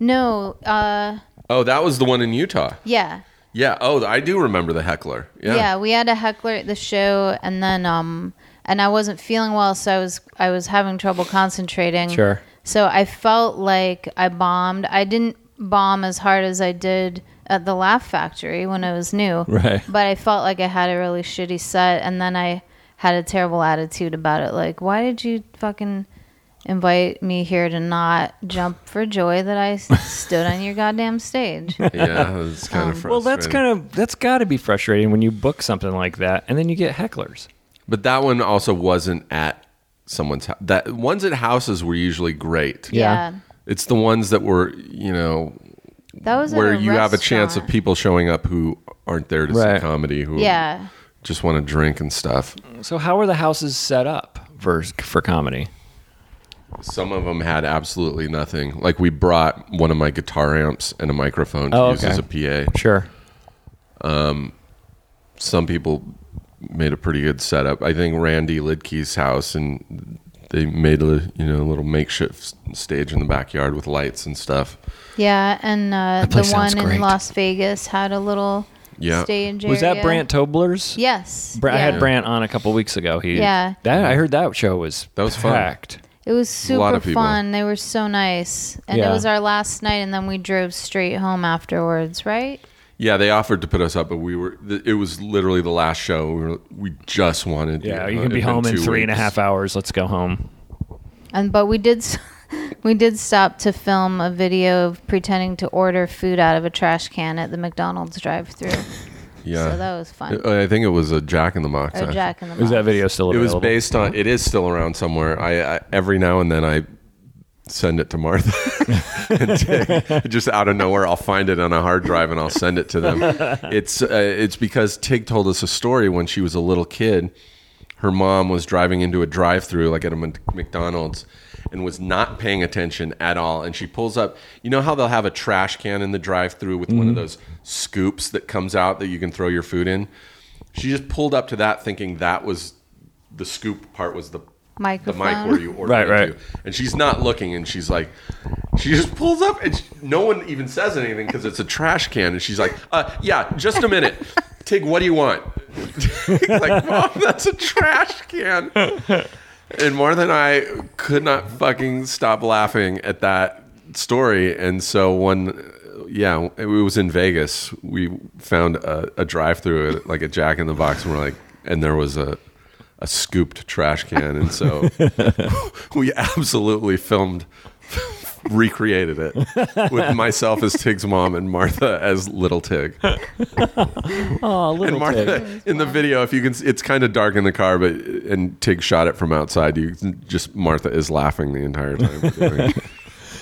[SPEAKER 5] no, uh
[SPEAKER 6] Oh, that was the one in Utah.
[SPEAKER 5] yeah.
[SPEAKER 6] Yeah. Oh, I do remember the heckler.
[SPEAKER 5] yeah.
[SPEAKER 6] Yeah.
[SPEAKER 5] we had a heckler at the show and then um and i wasn't feeling well so i was i was having trouble concentrating
[SPEAKER 4] Sure.
[SPEAKER 5] so i felt like i bombed i didn't bomb as hard as i did at the laugh factory when i was new
[SPEAKER 4] Right.
[SPEAKER 5] but i felt like i had a really shitty set and then i had a terrible attitude about it like why did you fucking invite me here to not jump for joy that i s- stood on your goddamn stage
[SPEAKER 6] Yeah, it's kind of frustrating.
[SPEAKER 4] Um, Well, that's kind of that's got to be frustrating when you book something like that and then you get hecklers.
[SPEAKER 6] But that one also wasn't at someone's house. That ones at houses were usually great.
[SPEAKER 4] Yeah.
[SPEAKER 6] It's the ones that were, you know,
[SPEAKER 5] that was at
[SPEAKER 6] where you have a
[SPEAKER 5] restaurant.
[SPEAKER 6] chance of people showing up who aren't there to
[SPEAKER 4] Right.
[SPEAKER 6] see comedy, who
[SPEAKER 5] yeah
[SPEAKER 6] just want to drink and stuff.
[SPEAKER 4] So how are the houses set up for for comedy?
[SPEAKER 6] Some of them had absolutely nothing. Like we brought one of my guitar amps and a microphone to
[SPEAKER 4] Oh,
[SPEAKER 6] use
[SPEAKER 4] okay.
[SPEAKER 6] as a PA.
[SPEAKER 4] Sure.
[SPEAKER 6] some people made a pretty good setup. I think Randy Lidke's house and they made a you know a little makeshift s- stage in the backyard with lights and stuff.
[SPEAKER 5] Yeah, and uh, the
[SPEAKER 4] place sounds
[SPEAKER 5] one in
[SPEAKER 4] great.
[SPEAKER 5] Las Vegas had a little
[SPEAKER 6] Yeah.
[SPEAKER 5] stage
[SPEAKER 4] Was
[SPEAKER 5] area.
[SPEAKER 4] that Brant Tobler's?
[SPEAKER 5] Yes.
[SPEAKER 4] Bra- I
[SPEAKER 5] yeah.
[SPEAKER 4] had Brant on a couple weeks ago. He
[SPEAKER 5] Yeah.
[SPEAKER 4] That I heard that show was
[SPEAKER 6] That was fun.
[SPEAKER 4] packed.
[SPEAKER 5] It was
[SPEAKER 6] A lot
[SPEAKER 5] super
[SPEAKER 6] of people.
[SPEAKER 5] fun. They were so nice, and
[SPEAKER 4] Yeah.
[SPEAKER 5] it was our last night, and then we drove straight home afterwards, right?
[SPEAKER 6] Yeah, they offered to put us up, but we were th- it was literally the last show. We were, we just wanted
[SPEAKER 4] Yeah,
[SPEAKER 6] know,
[SPEAKER 4] you can
[SPEAKER 6] it'd
[SPEAKER 4] be
[SPEAKER 6] been
[SPEAKER 4] home in
[SPEAKER 6] two
[SPEAKER 4] three and a
[SPEAKER 6] weeks.
[SPEAKER 4] half hours. Let's go home.
[SPEAKER 5] And but we did. s- We did stop to film a video of pretending to order food out of a trash can at the McDonald's drive-through.
[SPEAKER 6] Yeah,
[SPEAKER 5] So that was fun.
[SPEAKER 6] Uh, I I think it was a Jack in the Box.
[SPEAKER 5] Or
[SPEAKER 6] actually.
[SPEAKER 5] Jack in the
[SPEAKER 4] Is that
[SPEAKER 5] Box.
[SPEAKER 4] video still
[SPEAKER 6] It was
[SPEAKER 4] available?
[SPEAKER 6] based on. It is still around somewhere. I, I every now and then I send it to Martha. And Tig, just out of nowhere, I'll find it on a hard drive and I'll send it to them. It's uh, it's because Tig told us a story when she was a little kid her mom was driving into a drive-through like at a Mc- McDonald's and was not paying attention at all and she pulls up you know how they'll have a trash can in the drive-through with one of those scoops that comes out that you can throw your food in she just pulled up to that thinking that was the scoop part was the the mic
[SPEAKER 5] Microphone.
[SPEAKER 6] where you order
[SPEAKER 4] Right,
[SPEAKER 6] into.
[SPEAKER 4] right.
[SPEAKER 6] and she's not looking and she's like she just pulls up and she, no one even says anything because it's a trash can and she's like uh yeah just a minute tig what do you want like mom that's a trash can and martha and i could not fucking stop laughing at that story and so one yeah it was in vegas we found a, a drive-through at like a jack-in-the-box and we're like and there was a a scooped trash can and so we absolutely filmed recreated it with myself as Tig's mom and Martha as little Tig.
[SPEAKER 4] Oh, little
[SPEAKER 6] And Martha in the video if you can s- it's kind of dark in the car but and Tig shot it from outside you can- just Martha is laughing the entire time. we're doing it.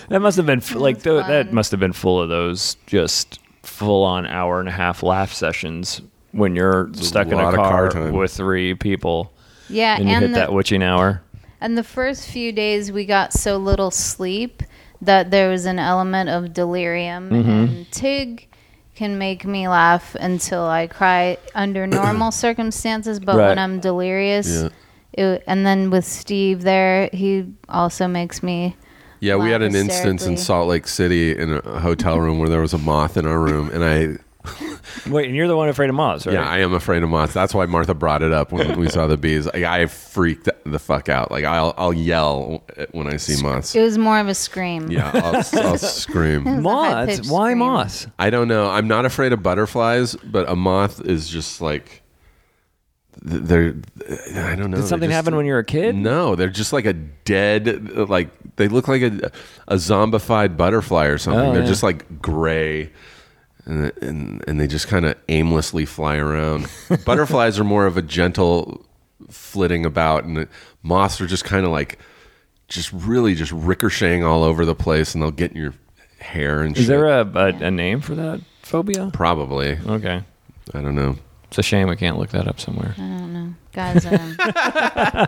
[SPEAKER 4] That must have been f- like
[SPEAKER 5] That's
[SPEAKER 4] th- that
[SPEAKER 5] fun.
[SPEAKER 4] must have been full of those just full on hour and a half laugh sessions when you're stuck in a
[SPEAKER 6] lot of
[SPEAKER 4] car,
[SPEAKER 6] car time.
[SPEAKER 4] with three people
[SPEAKER 5] Yeah,
[SPEAKER 4] and you hit
[SPEAKER 5] and
[SPEAKER 4] that
[SPEAKER 5] the,
[SPEAKER 4] witching hour.
[SPEAKER 5] and the first few days we got so little sleep that there was an element of delirium. And Tig can make me laugh until I cry under normal circumstances, but
[SPEAKER 4] Right.
[SPEAKER 5] when I'm delirious,
[SPEAKER 6] Yeah.
[SPEAKER 5] it, and then with Steve there, he also makes me.
[SPEAKER 6] Yeah, we had
[SPEAKER 5] Laugh
[SPEAKER 6] an instance in
[SPEAKER 5] hysterically.
[SPEAKER 6] Salt Lake City in a hotel room where there was a moth in our room and I
[SPEAKER 4] Wait, and you're the one afraid of moths, right?
[SPEAKER 6] Yeah, I am afraid of moths. That's why Martha brought it up when we saw the bees. Like, I freaked the fuck out. Like I'll I'll yell when I see moths.
[SPEAKER 5] It was more of a scream.
[SPEAKER 6] Yeah, I'll, I'll scream.
[SPEAKER 5] high-pitched
[SPEAKER 4] moths? Why
[SPEAKER 5] scream.
[SPEAKER 4] moths?
[SPEAKER 6] I don't know. I'm not afraid of butterflies, but a moth is just like th- they're. I don't know.
[SPEAKER 4] Did something happen when you were a kid?
[SPEAKER 6] No, they're just like a dead. Like they look like a a zombified butterfly or something.
[SPEAKER 4] Oh,
[SPEAKER 6] they're
[SPEAKER 4] yeah.
[SPEAKER 6] just like gray. And, and and they just kind of aimlessly fly around. Butterflies are more of a gentle flitting about, and moths are just kind of like, just really just ricocheting all over the place, and they'll get in your hair and
[SPEAKER 4] Is
[SPEAKER 6] shit.
[SPEAKER 4] there a, a, a name for that phobia?
[SPEAKER 6] Probably.
[SPEAKER 4] Okay,
[SPEAKER 6] I don't know.
[SPEAKER 4] it's a shame we can't look that up somewhere.
[SPEAKER 5] Guys, um,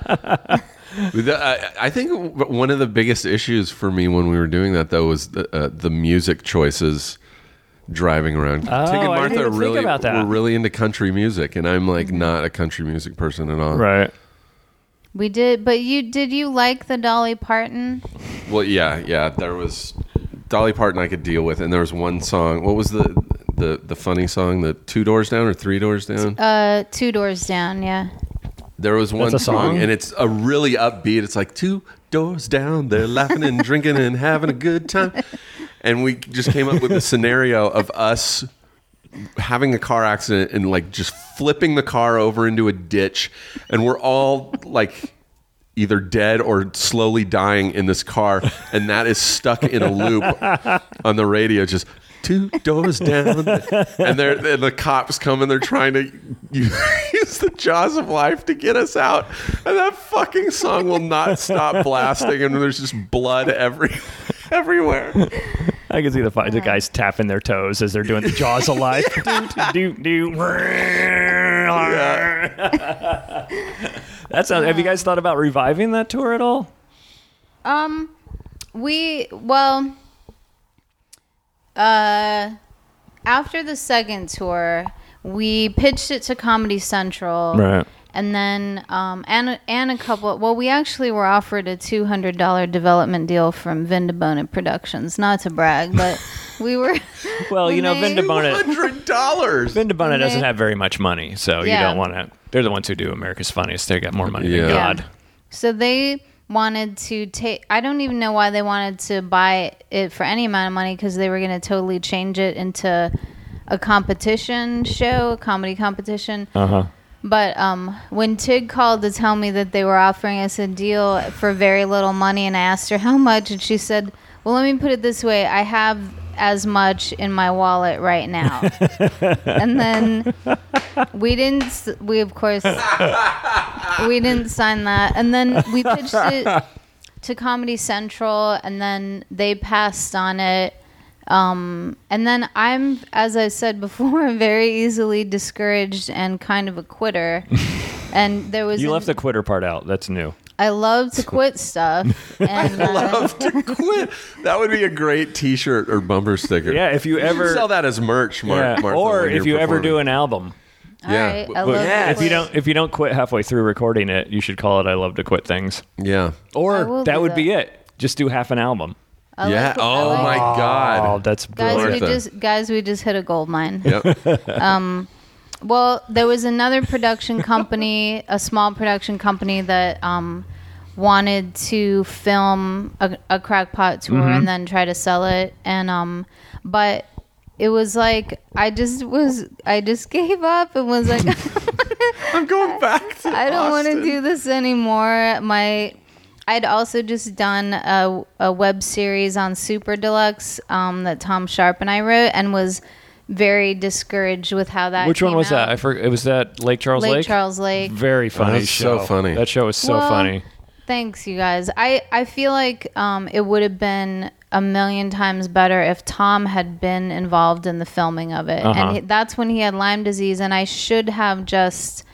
[SPEAKER 6] But the- I I think w- one of the biggest issues for me when we were doing that though was the, uh, the music choices driving around.
[SPEAKER 4] Oh, I
[SPEAKER 6] Tig and
[SPEAKER 4] didn't
[SPEAKER 6] Martha
[SPEAKER 4] even think
[SPEAKER 6] really
[SPEAKER 4] about that. Mm-hmm.
[SPEAKER 6] were really into country music, and I'm like not a country music person at all.
[SPEAKER 4] Right.
[SPEAKER 5] we did, but you did you like the Dolly Parton?
[SPEAKER 6] Well, yeah, yeah. There was Dolly Parton I could deal with, and there was one song. What was the the the funny song? The two doors down or three doors down?
[SPEAKER 5] Uh, two doors down. Yeah.
[SPEAKER 6] There was one
[SPEAKER 4] a song?
[SPEAKER 6] and it's a really upbeat. It's like two doors down, they're laughing and drinking and having a good time. And we just came up with a scenario of us having a car accident and like just flipping the car over into a ditch, and we're all like either dead or slowly dying in this car, and that is stuck in a loop on the radio, just two doors down, and they're and the cops come and they're trying to use the jaws of life to get us out, and that fucking song will not stop blasting, and there's just blood every everywhere.
[SPEAKER 4] I can see the fi- the guys tapping their toes as they're doing the jaws alive. do, do, do. That's not, have you guys thought about reviving that tour at all?
[SPEAKER 5] Um, we well, uh, after the second tour, we pitched it to Comedy Central, And then, um, and and a couple. Well, we actually were offered a two hundred dollar development deal from Vindabona Productions. Not to brag, but we were.
[SPEAKER 4] Well, you know,
[SPEAKER 5] When they-
[SPEAKER 4] Vindabona
[SPEAKER 6] Hundred dollars.
[SPEAKER 4] Vindabona doesn't
[SPEAKER 5] they-
[SPEAKER 4] have very much money, so you
[SPEAKER 5] Yeah.
[SPEAKER 4] don't want to. They're the ones who do America's Funniest. They got more money
[SPEAKER 6] Yeah.
[SPEAKER 4] than
[SPEAKER 6] Yeah.
[SPEAKER 4] God.
[SPEAKER 5] So they wanted to take. I don't even know why they wanted to buy it for any amount of money because they were going to totally change it into a competition show, a comedy competition.
[SPEAKER 4] Uh huh.
[SPEAKER 5] But um, when Tig called to tell me that they were offering us a deal for very little money, and I asked her how much, and she said, "Well, let me put it this way: I have as much in my wallet right now." and then we didn't. s- We of course we didn't sign that. And then we pitched it to Comedy Central, and then they passed on it. Um, and then I'm, as I said before, very easily discouraged and kind of a quitter. And there was
[SPEAKER 4] You
[SPEAKER 5] an-
[SPEAKER 4] left the quitter part out. That's new.
[SPEAKER 5] I love to quit stuff. And uh,
[SPEAKER 6] Quit. That would be a great T-shirt or bumper sticker.
[SPEAKER 4] Yeah, if you ever
[SPEAKER 6] sell that as merch, Mark.
[SPEAKER 4] yeah,
[SPEAKER 6] Martha,
[SPEAKER 4] or
[SPEAKER 6] when
[SPEAKER 4] if
[SPEAKER 6] you're
[SPEAKER 4] you ever do
[SPEAKER 6] performing.
[SPEAKER 4] an album.
[SPEAKER 5] all right, I
[SPEAKER 6] But-
[SPEAKER 5] love
[SPEAKER 6] yeah.
[SPEAKER 5] to
[SPEAKER 4] If you
[SPEAKER 5] quit.
[SPEAKER 4] don't if you don't quit halfway through recording it, you should call it I love to quit things.
[SPEAKER 6] yeah,
[SPEAKER 5] I will
[SPEAKER 4] Or that
[SPEAKER 5] do
[SPEAKER 4] would
[SPEAKER 5] that.
[SPEAKER 4] be it. Just do half an album.
[SPEAKER 5] I
[SPEAKER 6] yeah.
[SPEAKER 5] like to- I
[SPEAKER 6] oh
[SPEAKER 5] like-
[SPEAKER 6] my
[SPEAKER 4] Oh,
[SPEAKER 6] God.
[SPEAKER 4] that's
[SPEAKER 5] Guys,
[SPEAKER 4] brilliant.
[SPEAKER 5] we
[SPEAKER 6] Martha.
[SPEAKER 5] just guys, we just hit a gold mine.
[SPEAKER 4] Oh.
[SPEAKER 6] Yep.
[SPEAKER 5] Well, there was another production company, a small production company that um, wanted to film a, a crackpot tour
[SPEAKER 4] Mm-hmm.
[SPEAKER 5] and then try to sell it, and um, but it was like I just was I just gave up and was like
[SPEAKER 6] I'm going back. To
[SPEAKER 5] I don't want to
[SPEAKER 6] Austin.
[SPEAKER 5] do this anymore. My I'd also just done a, a web series on Super Deluxe um, that Tom Sharp and I wrote and was very discouraged with how that
[SPEAKER 4] Which one
[SPEAKER 5] came
[SPEAKER 4] was
[SPEAKER 5] out.
[SPEAKER 4] that? I forgot. It was that Lake Charles
[SPEAKER 5] Lake,
[SPEAKER 4] Lake.
[SPEAKER 5] Charles Lake.
[SPEAKER 4] Very funny
[SPEAKER 6] that's
[SPEAKER 4] show.
[SPEAKER 6] so funny.
[SPEAKER 4] That show was so
[SPEAKER 5] Well,
[SPEAKER 4] funny.
[SPEAKER 5] Thanks, you guys. I, I feel like um, it would have been a million times better if Tom had been involved in the filming of it.
[SPEAKER 4] Uh-huh.
[SPEAKER 5] And he, that's when he had Lyme disease, and I should have just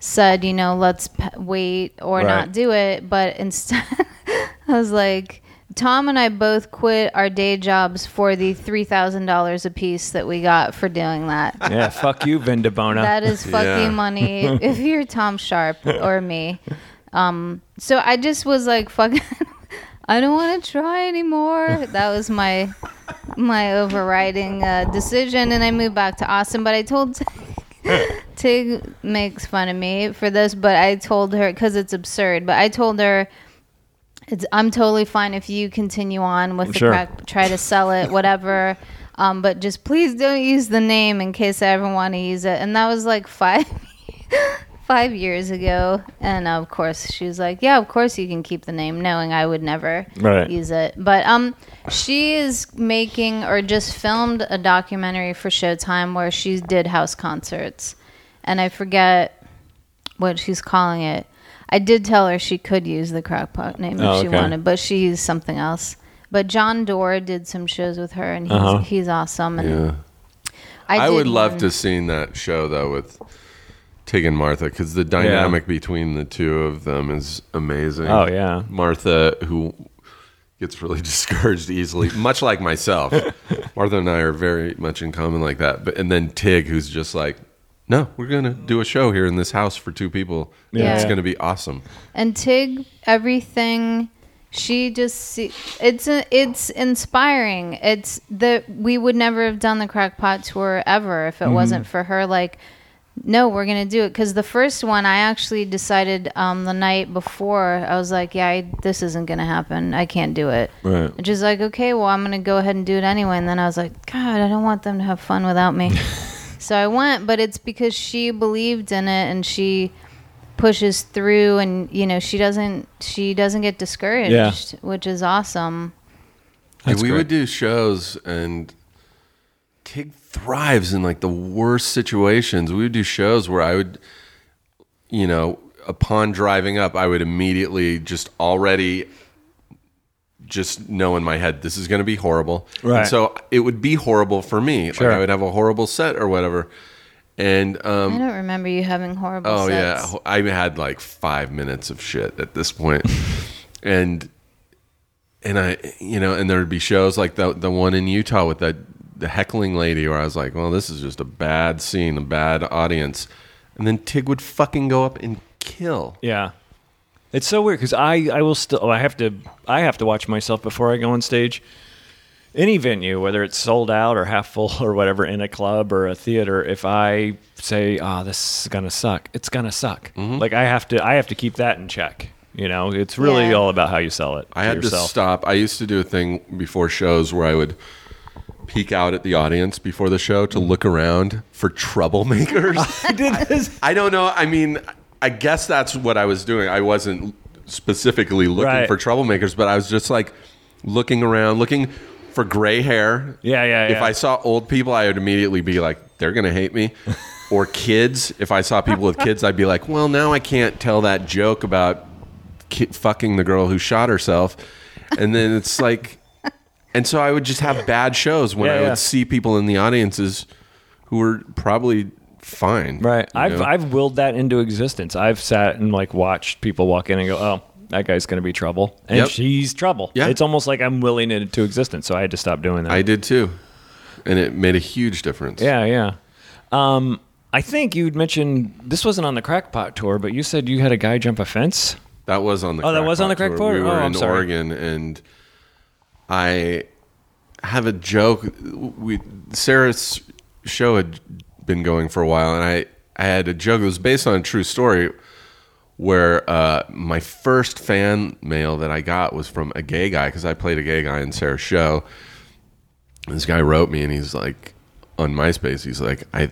[SPEAKER 5] said, you know, let's p- wait or not do it. But instead, I was like, Tom and I both quit our day jobs for the $3,000 a piece that we got for doing that.
[SPEAKER 4] Yeah, fuck you, Vin DeBona.
[SPEAKER 5] That is fucking
[SPEAKER 6] Yeah.
[SPEAKER 5] money if you're Tom Sharp or me. Um, so I just was like, fucking, I don't want to try anymore. That was my my overriding uh, decision, and I moved back to Austin. But I told Tig makes fun of me for this, but I told her because it's absurd. But I told her. It's, I'm totally fine if you continue on with the
[SPEAKER 4] Sure.
[SPEAKER 5] crack, try to sell it, whatever. Um, but just please don't use the name in case I ever want to use it. And that was like five five years ago. And of course, she was like, "Yeah, of course you can keep the name," knowing I would never
[SPEAKER 4] Right.
[SPEAKER 5] use it. But um, she is making or just filmed a documentary for Showtime where she did house concerts, and I forget what she's calling it. I did tell her she could use the crackpot name if
[SPEAKER 4] Oh,
[SPEAKER 5] she
[SPEAKER 4] okay.
[SPEAKER 5] wanted, but she used something else. But John Doerr did some shows with her, and he's,
[SPEAKER 4] Uh-huh.
[SPEAKER 5] he's awesome. And
[SPEAKER 6] Yeah. I,
[SPEAKER 5] did
[SPEAKER 6] would love
[SPEAKER 5] one-
[SPEAKER 6] to have seen that show though with Tig and Martha because the dynamic between the two of them is amazing.
[SPEAKER 4] Oh, yeah.
[SPEAKER 6] Martha who gets really discouraged easily, much like myself. Martha and I are very much in common like that. But and then Tig who's just like, no, we're gonna do a show here in this house for two people.
[SPEAKER 5] Yeah.
[SPEAKER 6] It's gonna be awesome.
[SPEAKER 5] and Tig everything she just see, it's a, it's inspiring it's the we would never have done the crackpot tour ever if it wasn't for her like no we're gonna do it because the first one i actually decided um, the night before i was like yeah I, this isn't gonna happen i can't do it
[SPEAKER 6] Right.
[SPEAKER 5] and she's like okay well i'm gonna go ahead and do it anyway and then i was like god i don't want them to have fun without me so i went but it's because she believed in it and she pushes through and you know she doesn't she doesn't get discouraged
[SPEAKER 4] Yeah.
[SPEAKER 5] which is awesome
[SPEAKER 6] Dude, we would do shows and Tig thrives in like the worst situations. We would do shows where I would, you know, upon driving up, I would immediately just already just know in my head this is going to be horrible.
[SPEAKER 4] Right.
[SPEAKER 6] And so it would be horrible for me.
[SPEAKER 4] Sure.
[SPEAKER 6] Like I would have a horrible set or whatever. And um,
[SPEAKER 5] i don't remember you having horrible
[SPEAKER 6] Oh
[SPEAKER 5] sets.
[SPEAKER 6] yeah, I had like five minutes of shit at this point, and and I you know and there'd be shows like the the one in Utah with that the heckling lady where I was like, well, this is just a bad scene, a bad audience, and then Tig would fucking go up and kill.
[SPEAKER 4] Yeah. It's so weird because I, I will still oh, I have to I have to watch myself before I go on stage. Any venue, whether it's sold out or half full or whatever, in a club or a theater, if I say, "Ah, this is gonna suck," it's gonna suck. Like I have to I have to keep that in check. You know, it's really
[SPEAKER 5] Yeah.
[SPEAKER 4] all about how you sell it.
[SPEAKER 6] I
[SPEAKER 4] to
[SPEAKER 6] had to
[SPEAKER 4] yourself.
[SPEAKER 6] stop. I used to do a thing before shows where I would peek out at the audience before the show to look around for troublemakers.
[SPEAKER 4] I did this.
[SPEAKER 6] I don't know. I mean, I guess that's what I was doing. I wasn't specifically looking
[SPEAKER 4] Right.
[SPEAKER 6] for troublemakers, but I was just like looking around, looking for gray hair.
[SPEAKER 4] Yeah, yeah,
[SPEAKER 6] If
[SPEAKER 4] yeah.
[SPEAKER 6] I saw old people, I would immediately be like, they're going to hate me. or kids. If I saw people with kids, I'd be like, well, now I can't tell that joke about ki- fucking the girl who shot herself. And then it's like, and so I would just have bad shows when
[SPEAKER 4] Yeah,
[SPEAKER 6] I
[SPEAKER 4] yeah.
[SPEAKER 6] would see people in the audiences who were probably fine.
[SPEAKER 4] Right.
[SPEAKER 6] you
[SPEAKER 4] I've
[SPEAKER 6] know?
[SPEAKER 4] I've willed that into existence. I've sat and like watched people walk in and go, "Oh, that guy's going to be trouble." And
[SPEAKER 6] Yep.
[SPEAKER 4] she's trouble.
[SPEAKER 6] Yeah.
[SPEAKER 4] It's almost like I'm willing it into existence, so I had to stop doing that.
[SPEAKER 6] I did too, and it made a huge difference.
[SPEAKER 4] yeah, yeah. Um I think you'd mentioned this wasn't on the crackpot tour, but you said you had a guy jump a fence.
[SPEAKER 6] That was on the
[SPEAKER 4] Oh, that was on the
[SPEAKER 6] Crackpot
[SPEAKER 4] Crackpot?
[SPEAKER 6] tour. We were
[SPEAKER 4] Oh,
[SPEAKER 6] in
[SPEAKER 4] I'm sorry.
[SPEAKER 6] Oregon, and I have a joke. We Sarah's show had been going for a while, and I I had a joke. It was based on a true story where uh, my first fan mail that I got was from a gay guy because I played a gay guy in Sarah's show. This guy wrote me, and he's like on MySpace. He's like, I.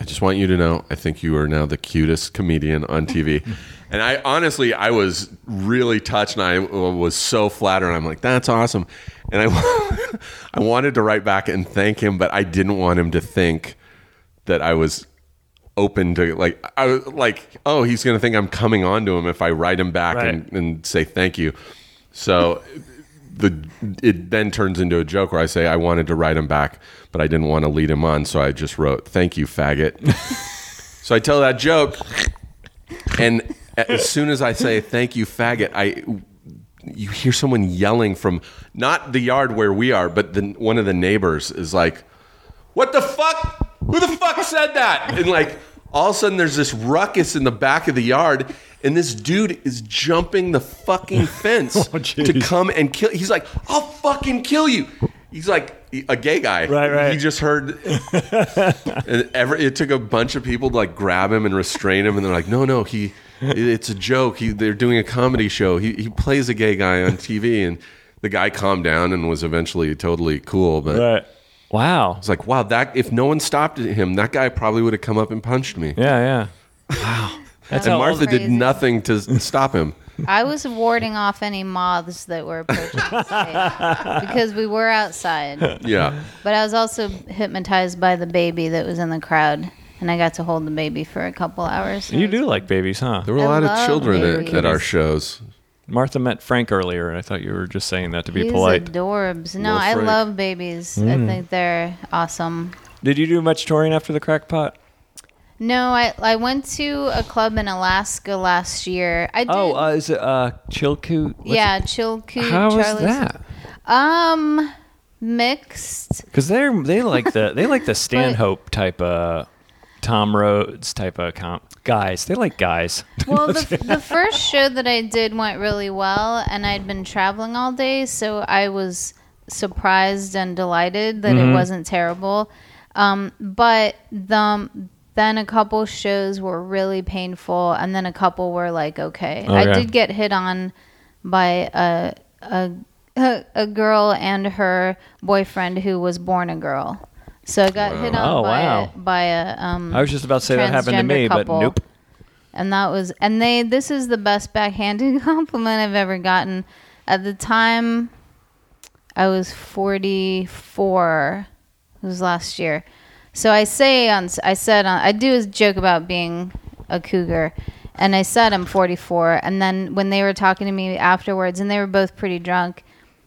[SPEAKER 6] I just want you to know, I think you are now the cutest comedian on TV. and I honestly, I was really touched and I was so flattered. I'm like, that's awesome. And I, I wanted to write back and thank him, but I didn't want him to think that I was open to like I was like oh he's gonna think I'm coming on to him if I write him back and,
[SPEAKER 4] Right.
[SPEAKER 6] and say thank you so the it then turns into a joke where I say I wanted to write him back but I didn't want to lead him on so I just wrote thank you faggot so I tell that joke and as soon as I say thank you faggot I you hear someone yelling from not the yard where we are but the one of the neighbors is like what the fuck? Who the fuck said that? And like, all of a sudden, there's this ruckus in the back of the yard, and this dude is jumping the fucking fence
[SPEAKER 4] Oh, geez.
[SPEAKER 6] to come and kill. He's like, I'll fucking kill you. He's like a gay guy.
[SPEAKER 4] Right, right.
[SPEAKER 6] He just heard. and every, it took a bunch of people to like grab him and restrain him, and they're like, no, no, he. It's a joke. He, they're doing a comedy show. He, he plays a gay guy on TV, and the guy calmed down and was eventually totally cool. But
[SPEAKER 4] Uh, Wow.
[SPEAKER 6] it's like, wow, that if no one stopped him, that guy probably would have come up and punched me.
[SPEAKER 4] Yeah, yeah. Wow. That's
[SPEAKER 6] And
[SPEAKER 4] how
[SPEAKER 6] Martha
[SPEAKER 4] old-
[SPEAKER 6] did
[SPEAKER 5] Crazy.
[SPEAKER 6] nothing to s- stop him.
[SPEAKER 5] I was warding off any moths that were approaching the stage because we were outside.
[SPEAKER 6] Yeah.
[SPEAKER 5] But I was also hypnotized by the baby that was in the crowd, and I got to hold the baby for a couple hours.
[SPEAKER 4] You do like babies, huh?
[SPEAKER 6] There were a
[SPEAKER 5] I
[SPEAKER 6] lot of
[SPEAKER 5] love
[SPEAKER 6] children at,
[SPEAKER 5] babies.
[SPEAKER 6] at our shows.
[SPEAKER 4] Martha met Frank earlier, and I thought you were just saying that to be
[SPEAKER 5] He's
[SPEAKER 4] polite.
[SPEAKER 5] adorbs. No,
[SPEAKER 6] Little
[SPEAKER 5] I
[SPEAKER 6] freak.
[SPEAKER 5] love babies.
[SPEAKER 4] Hmm.
[SPEAKER 5] I think they're awesome.
[SPEAKER 4] Did you do much touring after the crackpot?
[SPEAKER 5] No, I I went to a club in Alaska last year. I did.
[SPEAKER 4] Oh, uh, is it uh, Chilkoot? What's
[SPEAKER 5] yeah, Chilkoot.
[SPEAKER 4] It? How was
[SPEAKER 5] Charlie's.
[SPEAKER 4] that?
[SPEAKER 5] Um, mixed.
[SPEAKER 4] Because they're they like the they like the Stanhope type of Tom Rhodes type of comp guys. They like guys.
[SPEAKER 5] Well, the, the first show that I did went really well, and I'd been traveling all day, so I was surprised and delighted that it wasn't terrible. Um, but the, then a couple shows were really painful, and then a couple were like okay. I
[SPEAKER 4] Okay.
[SPEAKER 5] did get hit on by a a a girl and her boyfriend who was born a girl. So I got hit on
[SPEAKER 4] Oh,
[SPEAKER 5] by,
[SPEAKER 4] wow.
[SPEAKER 5] a, by a um,
[SPEAKER 4] I was just about to say that happened to
[SPEAKER 5] transgender
[SPEAKER 4] me,
[SPEAKER 5] couple.
[SPEAKER 4] but nope.
[SPEAKER 5] and that was and they this is the best backhanded compliment i've ever gotten at the time i was 44 it was last year so i say on i said on, i do a joke about being a cougar and i said i'm 44 and then when they were talking to me afterwards and they were both pretty drunk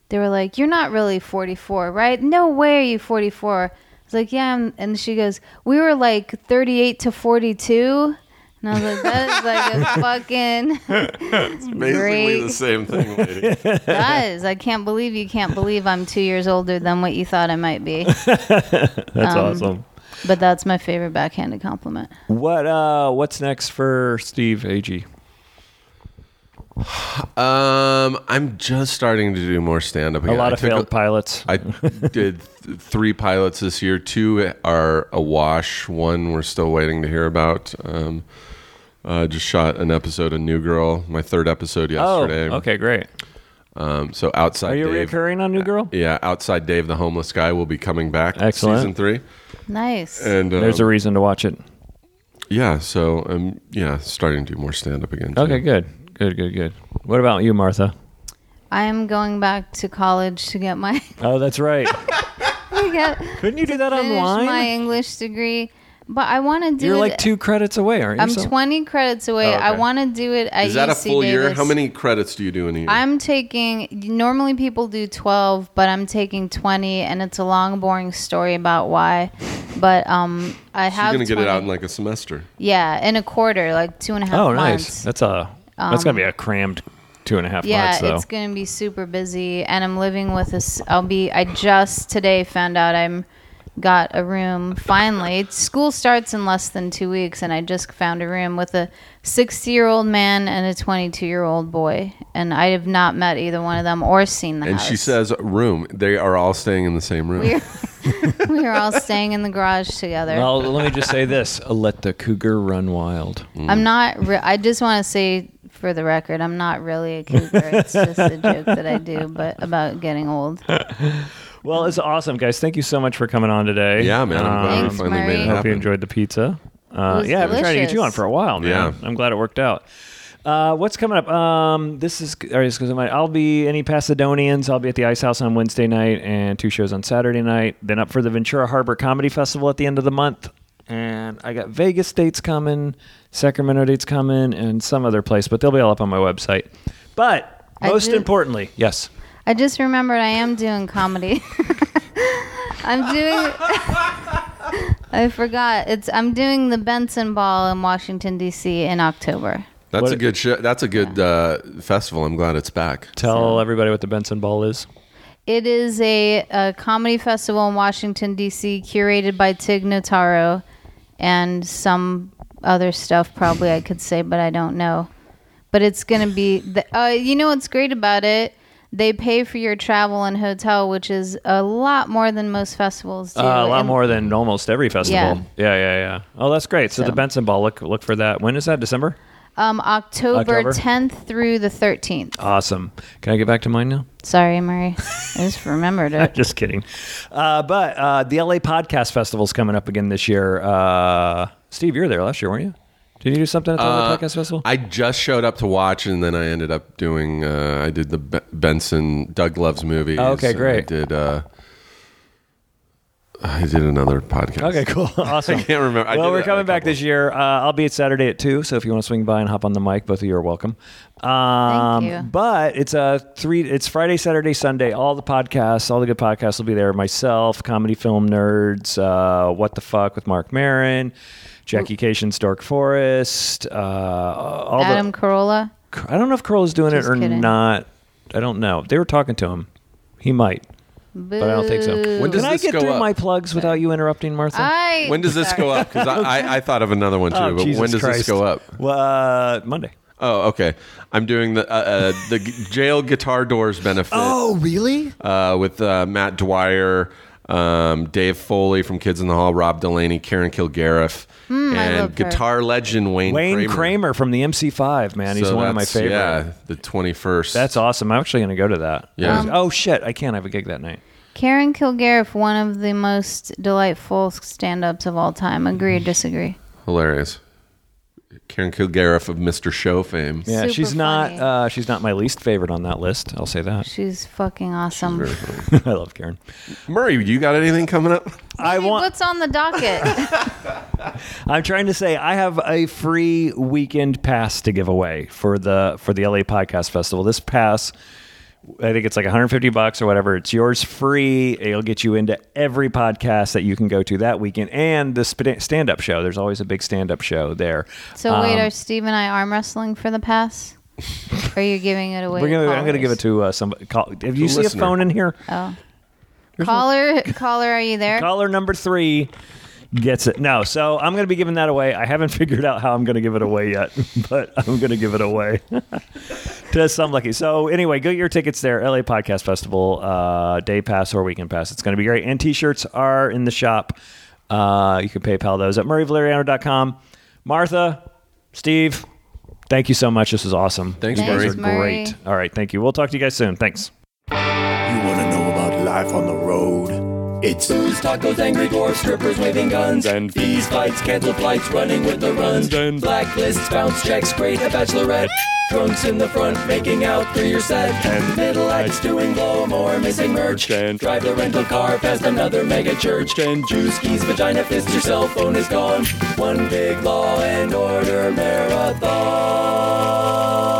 [SPEAKER 5] they were like you're not really 44 right no way are you 44 I was like, yeah, I'm- and she goes, we were like 38 to 42, and I was like, that is like a fucking
[SPEAKER 6] Basically
[SPEAKER 5] Great.
[SPEAKER 6] the same thing, lady.
[SPEAKER 5] guys. I can't believe you can't believe I'm two years older than what you thought I might be.
[SPEAKER 4] That's awesome.
[SPEAKER 5] But that's my favorite backhanded compliment.
[SPEAKER 4] What uh what's next for Steve Ag?
[SPEAKER 6] um, I'm just starting to do more stand up
[SPEAKER 4] A
[SPEAKER 6] again.
[SPEAKER 4] lot
[SPEAKER 6] I
[SPEAKER 4] of
[SPEAKER 6] took
[SPEAKER 4] failed pilots.
[SPEAKER 6] I did th- three pilots this year. Two are awash. One we're still waiting to hear about. Um, uh, just shot an episode of New Girl, my third episode
[SPEAKER 4] oh,
[SPEAKER 6] yesterday.
[SPEAKER 4] okay, great.
[SPEAKER 6] Um, so outside
[SPEAKER 4] Are you
[SPEAKER 6] Dave,
[SPEAKER 4] reoccurring on New Girl?
[SPEAKER 6] Yeah, outside Dave the homeless guy will be coming back.
[SPEAKER 4] Excellent.
[SPEAKER 6] Season three,
[SPEAKER 5] Nice.
[SPEAKER 6] and um,
[SPEAKER 4] There's a reason to watch it.
[SPEAKER 6] yeah. So um, yeah, starting to do more stand up again. too.
[SPEAKER 4] Okay, good, good, good, good. What about you, Martha?
[SPEAKER 5] I am going back to college to get my
[SPEAKER 4] Oh, that's right.
[SPEAKER 5] to get
[SPEAKER 4] Couldn't you do that
[SPEAKER 5] finish
[SPEAKER 4] online?
[SPEAKER 5] my English degree. But I want to do
[SPEAKER 4] You're
[SPEAKER 5] it.
[SPEAKER 4] like two credits away, aren't you?
[SPEAKER 5] I'm
[SPEAKER 4] So-
[SPEAKER 5] 20 credits away.
[SPEAKER 6] Oh, okay.
[SPEAKER 5] I want to do it at
[SPEAKER 6] Is that a
[SPEAKER 5] UC
[SPEAKER 6] full year?
[SPEAKER 5] Davis.
[SPEAKER 6] How many credits do you do in a year?
[SPEAKER 5] I'm taking. Normally people do 12, but I'm taking 20, and it's a long, boring story about why. But um, I
[SPEAKER 6] So you're
[SPEAKER 5] have.
[SPEAKER 6] gonna get it
[SPEAKER 5] 20
[SPEAKER 6] out in like a semester.
[SPEAKER 5] Yeah, in a quarter, like two and a half
[SPEAKER 4] Oh,
[SPEAKER 5] months.
[SPEAKER 4] nice. That's a that's gonna be a crammed two and a half
[SPEAKER 5] Yeah,
[SPEAKER 4] months though.
[SPEAKER 5] it's gonna be super busy, and I'm living with this. I'll be. I just today found out I'm got a room finally. It's- School starts in less than two weeks, and I just found a room with a 60 year old man and a 22 year old boy, and I have not met either one of them or seen the
[SPEAKER 6] And
[SPEAKER 5] house.
[SPEAKER 6] she says, "Room. They are all staying in the same room."
[SPEAKER 5] We're- we are all staying in the garage together.
[SPEAKER 4] well, let me just say this: let the cougar run wild.
[SPEAKER 5] I'm not. Re- I just want to say for the record, I'm not really a cougar. it's just a joke that I do, but about getting old.
[SPEAKER 4] Uh, Well, it's awesome, guys. Thank you so much for coming on today. Um,
[SPEAKER 6] Yeah, man. I'm glad
[SPEAKER 5] Thanks,
[SPEAKER 6] we finally
[SPEAKER 5] Murray.
[SPEAKER 6] made
[SPEAKER 4] I
[SPEAKER 6] it
[SPEAKER 4] hope you
[SPEAKER 6] happen.
[SPEAKER 4] enjoyed the pizza.
[SPEAKER 5] It
[SPEAKER 4] Uh,
[SPEAKER 5] was
[SPEAKER 4] yeah, I've been trying to get
[SPEAKER 5] delicious.
[SPEAKER 4] you on for a while, man.
[SPEAKER 6] Yeah.
[SPEAKER 4] I'm glad it worked out. Uh, what's coming up? Um, this is because I'll be any Pasadonians. I'll be at the Ice House on Wednesday night and two shows on Saturday night. Then up for the Ventura Harbor Comedy Festival at the end of the month. And I got Vegas dates coming, Sacramento dates coming, and some other place, but they'll be all up on my website. But
[SPEAKER 5] I
[SPEAKER 4] most
[SPEAKER 5] did-
[SPEAKER 4] importantly, yes.
[SPEAKER 5] I just remembered I am doing comedy. I'm doing. I forgot. It's I'm doing the Benson Ball in Washington D.C. in October.
[SPEAKER 6] That's
[SPEAKER 4] What-
[SPEAKER 6] a good show. That's a good uh, festival. I'm glad it's back.
[SPEAKER 4] Tell everybody what the Benson Ball is.
[SPEAKER 5] It is a, a comedy festival in Washington D.C. curated by Tig Notaro, and some other stuff probably I could say, but I don't know. But it's gonna be. The, uh, you know what's great about it? They pay for your travel and hotel, which is a lot more than most festivals do.
[SPEAKER 4] Uh, a lot
[SPEAKER 5] And-
[SPEAKER 4] more than almost every festival. Yeah, yeah, yeah. Oh, that's great. So, the
[SPEAKER 5] So-
[SPEAKER 4] Benson Ball, look look for that. When is that? December?
[SPEAKER 5] Um, October,
[SPEAKER 4] October?
[SPEAKER 5] 10th through the 13th.
[SPEAKER 4] Awesome. Can I get back to mine now?
[SPEAKER 5] Sorry, Murray. I just remembered it.
[SPEAKER 4] Just kidding. Uh, but uh, the LA Podcast Festival's coming up again this year. Uh, Steve, you were there last year, weren't you? Did you do something at the LA Podcast Festival?
[SPEAKER 6] Uh, I just showed up to watch, and then I ended up doing. Uh, I did the Be- Benson Doug Loves movie.
[SPEAKER 4] Oh, Okay, great.
[SPEAKER 6] I did. Uh, I did another podcast.
[SPEAKER 4] Okay, cool. Awesome. I
[SPEAKER 6] can't remember. I
[SPEAKER 4] well,
[SPEAKER 6] did
[SPEAKER 4] we're
[SPEAKER 6] a-
[SPEAKER 4] coming
[SPEAKER 6] a
[SPEAKER 4] back
[SPEAKER 6] couple.
[SPEAKER 4] this year. Uh, I'll be at Saturday at 2, so if you want to swing by and hop on the mic, both of you are welcome. Um,
[SPEAKER 5] Thank you.
[SPEAKER 4] But it's a three. It's Friday, Saturday, Sunday. All the podcasts, all the good podcasts will be there. Myself, Comedy Film Nerds, uh, What the Fuck with Mark Marin, Jackie Cation's Dark Forest, uh, all
[SPEAKER 5] Adam
[SPEAKER 4] the...
[SPEAKER 5] Carolla.
[SPEAKER 4] I don't know if Curl is doing it
[SPEAKER 5] Just
[SPEAKER 4] or
[SPEAKER 5] kidding.
[SPEAKER 4] not. I don't know. They were talking to him. He might,
[SPEAKER 5] Boo.
[SPEAKER 4] but I don't think so.
[SPEAKER 6] When does
[SPEAKER 4] Can I
[SPEAKER 6] this
[SPEAKER 4] get
[SPEAKER 6] go
[SPEAKER 4] through
[SPEAKER 6] up?
[SPEAKER 4] my plugs without you interrupting, Martha?
[SPEAKER 5] I,
[SPEAKER 6] When does this go up? Because I, I, I thought of another one too,
[SPEAKER 4] Oh,
[SPEAKER 6] but
[SPEAKER 4] Jesus
[SPEAKER 6] when does
[SPEAKER 4] Christ.
[SPEAKER 6] this go up?
[SPEAKER 4] Well, uh, Monday.
[SPEAKER 6] Oh, okay. I'm doing the uh, uh, the g- jail guitar doors benefit.
[SPEAKER 5] Oh,
[SPEAKER 4] really?
[SPEAKER 6] uh, with uh, Matt Dwyer, um, Dave Foley from Kids in the Hall, Rob Delaney, Karen Kilgariff, and
[SPEAKER 5] Hmm, love her.
[SPEAKER 6] guitar legend Wayne
[SPEAKER 4] Wayne Kramer.
[SPEAKER 6] Kramer.
[SPEAKER 4] from the MC5, man. He's
[SPEAKER 6] So
[SPEAKER 4] one of my
[SPEAKER 6] that's-
[SPEAKER 4] favorite.
[SPEAKER 6] Yeah, the 21st.
[SPEAKER 4] That's awesome. I'm actually going to go to that.
[SPEAKER 6] Yeah. Um,
[SPEAKER 4] oh, shit. I can't have a gig that night.
[SPEAKER 5] Karen Kilgariff, one of the most delightful stand ups of all time. Agree or
[SPEAKER 4] Mm-hmm.
[SPEAKER 5] disagree?
[SPEAKER 6] hilarious. Karen Kilgariff of Mr. Show fame.
[SPEAKER 4] Yeah,
[SPEAKER 5] Super
[SPEAKER 4] she's not
[SPEAKER 5] funny.
[SPEAKER 4] uh, she's not my least favorite on that list. I'll say that.
[SPEAKER 5] She's fucking awesome.
[SPEAKER 6] Very funny.
[SPEAKER 4] I love Karen.
[SPEAKER 6] Murray, you got anything coming up?
[SPEAKER 4] I
[SPEAKER 5] Hey,
[SPEAKER 4] want
[SPEAKER 5] What's on the docket?
[SPEAKER 4] I'm trying to say I have a free weekend pass to give away for the for the LA Podcast Festival. This pass I think it's like 150 bucks or whatever. It's yours free. It'll get you into every podcast that you can go to that weekend and the stand up show. There's always a big stand up show there.
[SPEAKER 5] so, wait,
[SPEAKER 4] Um,
[SPEAKER 5] are Steve and I arm wrestling for the pass? Or are you giving it away?
[SPEAKER 4] We're gonna, I'm going to
[SPEAKER 5] callers? Oh.
[SPEAKER 4] give it to uh, somebody. Call, if you
[SPEAKER 6] a
[SPEAKER 4] see
[SPEAKER 6] listener.
[SPEAKER 4] a phone in here,
[SPEAKER 5] Caller, caller, are you there?
[SPEAKER 4] caller number three gets it. No, so I'm going to be giving that away. I haven't figured out how I'm going to give it away yet, but I'm going to give it away to some lucky. So anyway, go get your tickets there. LA Podcast Festival, uh, day pass or weekend pass. It's going to be great. And t-shirts are in the shop. Uh, you can PayPal those at murrayvaleriano.com. Martha, Steve, thank you so much. This was awesome.
[SPEAKER 6] Thanks,
[SPEAKER 4] you guys
[SPEAKER 6] Murray.
[SPEAKER 4] are
[SPEAKER 5] Thanks, Murray.
[SPEAKER 4] great. All right, thank you. We'll talk to you guys soon. Thanks.
[SPEAKER 1] You want to know about life on the road? It's
[SPEAKER 2] Booze, tacos, angry dwarfs, strippers waving guns.
[SPEAKER 3] And-
[SPEAKER 2] fees, fights, cancel flights, running with the runs.
[SPEAKER 3] And-
[SPEAKER 2] Blacklists, bounce checks, great, a bachelorette. Drunks in the front, making out through your set.
[SPEAKER 3] And-
[SPEAKER 2] middle acts doing blow more, missing merch.
[SPEAKER 3] And-
[SPEAKER 2] Drive the rental car past another mega church.
[SPEAKER 3] And-
[SPEAKER 2] Juice keys, vagina fist, your cell phone is gone. One big law and order marathon.